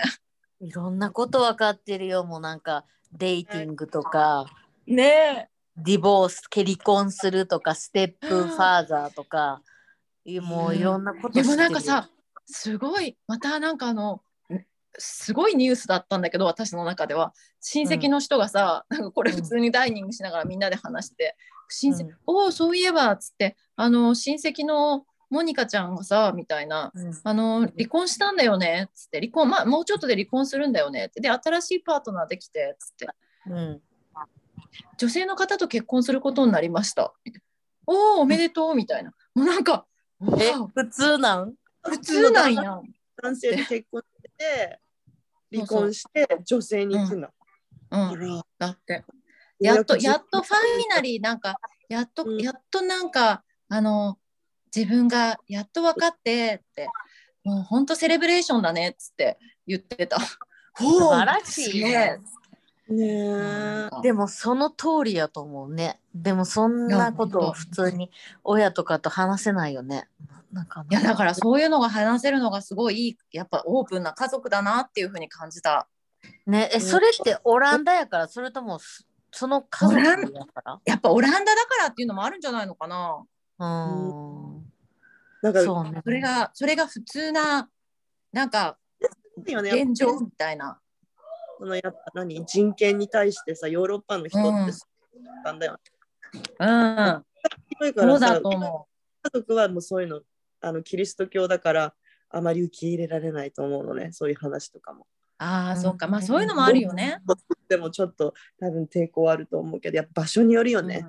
Speaker 1: いろんなこと分かってるよもうなんかデイティングとか
Speaker 3: ね
Speaker 1: ディボース離婚するとかステップファーザーとか、いもういろんなこと知
Speaker 3: で
Speaker 1: ってる
Speaker 3: もなんかさすごいまたなんかあのんすごいニュースだったんだけど私の中では親戚の人がさ、なんかこれ普通にダイニングしながらみんなで話して「親戚
Speaker 1: うん
Speaker 3: おおそういえば」っつってあの親戚のモニカちゃんがさみたいな
Speaker 1: うん
Speaker 3: あの離婚したんだよねっつって離婚、まあ、もうちょっとで離婚するんだよねってで新しいパートナーできてっつって
Speaker 1: うん
Speaker 3: 女性の方と結婚することになりましたみたいなおおおめでとうみたいなもうなんか
Speaker 1: え
Speaker 3: わ
Speaker 1: 普通なん
Speaker 3: あ普通なんや
Speaker 2: 男性と結婚して、離婚して、女性に行くんだ。
Speaker 3: うん
Speaker 2: あら
Speaker 3: だってやっとやっとファイナ
Speaker 2: ル。
Speaker 3: リーなんかやっと、
Speaker 2: うん
Speaker 3: やっとなんかあの自分がやっと分かってってもうほんとセレブレーションだねっつって言ってた。素
Speaker 1: 素晴らしいね
Speaker 2: ねえ
Speaker 3: なんか
Speaker 1: でもその通りやと思うね。でもそんなことを普通に親とかと話せないよね。なんかね
Speaker 3: いやだからそういうのが話せるのがすごいいいやっぱオープンな家族だなっていうふうに感じた
Speaker 1: ねえそれってオランダやからそれともそその家族やか
Speaker 3: やっぱオランダだからっていうのもあるんじゃないのかな
Speaker 1: ら
Speaker 2: う
Speaker 1: う
Speaker 2: なんか
Speaker 1: んそうね
Speaker 3: それがそれが普通ななんか
Speaker 2: いいよね
Speaker 3: 現状みたいな
Speaker 2: そのやっぱ何人権に対してさヨーロッパの人ってさなんだよね
Speaker 3: うん
Speaker 2: 広いか
Speaker 3: そ
Speaker 2: ら
Speaker 3: うだ
Speaker 2: さ
Speaker 3: と思
Speaker 2: 家族はもうそういうのあのキリスト教だからあまり受け入れられないと思うのねそういう話とかも。
Speaker 3: うあ
Speaker 1: う
Speaker 3: あ
Speaker 1: ん
Speaker 3: そっかまあそういうのもあるよね
Speaker 2: でもちょっと多分抵抗はあると思うけどやっぱ場所によるよね。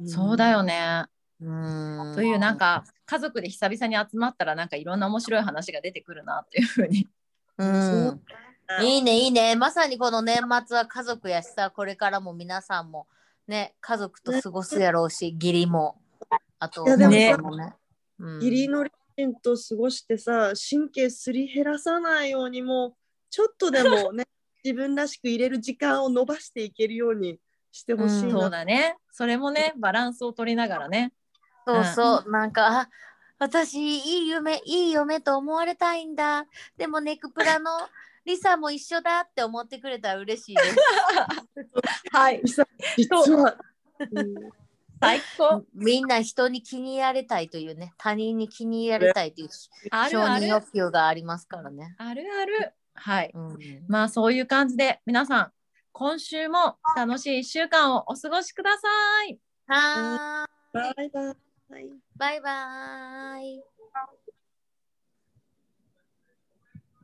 Speaker 3: うんそうだよね
Speaker 1: うん
Speaker 3: というなんか家族で久々に集まったらなんかいろんな面白い話が出てくるなっていうふうに
Speaker 1: うん
Speaker 2: そう
Speaker 1: いいねいいねまさにこの年末は家族やしさこれからも皆さんもね家族と過ごすやろうし義理もあと
Speaker 2: いやでも
Speaker 1: 本当もねうん
Speaker 2: 義理の両親と過ごしてさ神経すり減らさないようにもうちょっとでも
Speaker 3: (laughs)
Speaker 2: ね自分らしく入れる時間を伸ばしていけるようにしてほしい
Speaker 1: うん
Speaker 3: そう
Speaker 2: な。
Speaker 3: だねそれもねバランスを取りながらね
Speaker 1: そうそう、なんかあ私いい夢いい嫁と思われたいんだでもネクプラのリサも一緒だって思ってくれたら嬉しいです
Speaker 3: はい
Speaker 2: 実は、うん
Speaker 3: 最高
Speaker 1: みんな人に気に入られたいというね他人に気に入られたいという
Speaker 3: あ
Speaker 1: 承
Speaker 3: るあ
Speaker 1: 認
Speaker 3: る
Speaker 1: 欲求がありますからね、
Speaker 3: あるあるはい
Speaker 1: うん、
Speaker 3: まあそういう感じで皆さん今週も楽しい1週間をお過ごしください
Speaker 1: はーい
Speaker 2: バイバイ。
Speaker 1: バイバーイ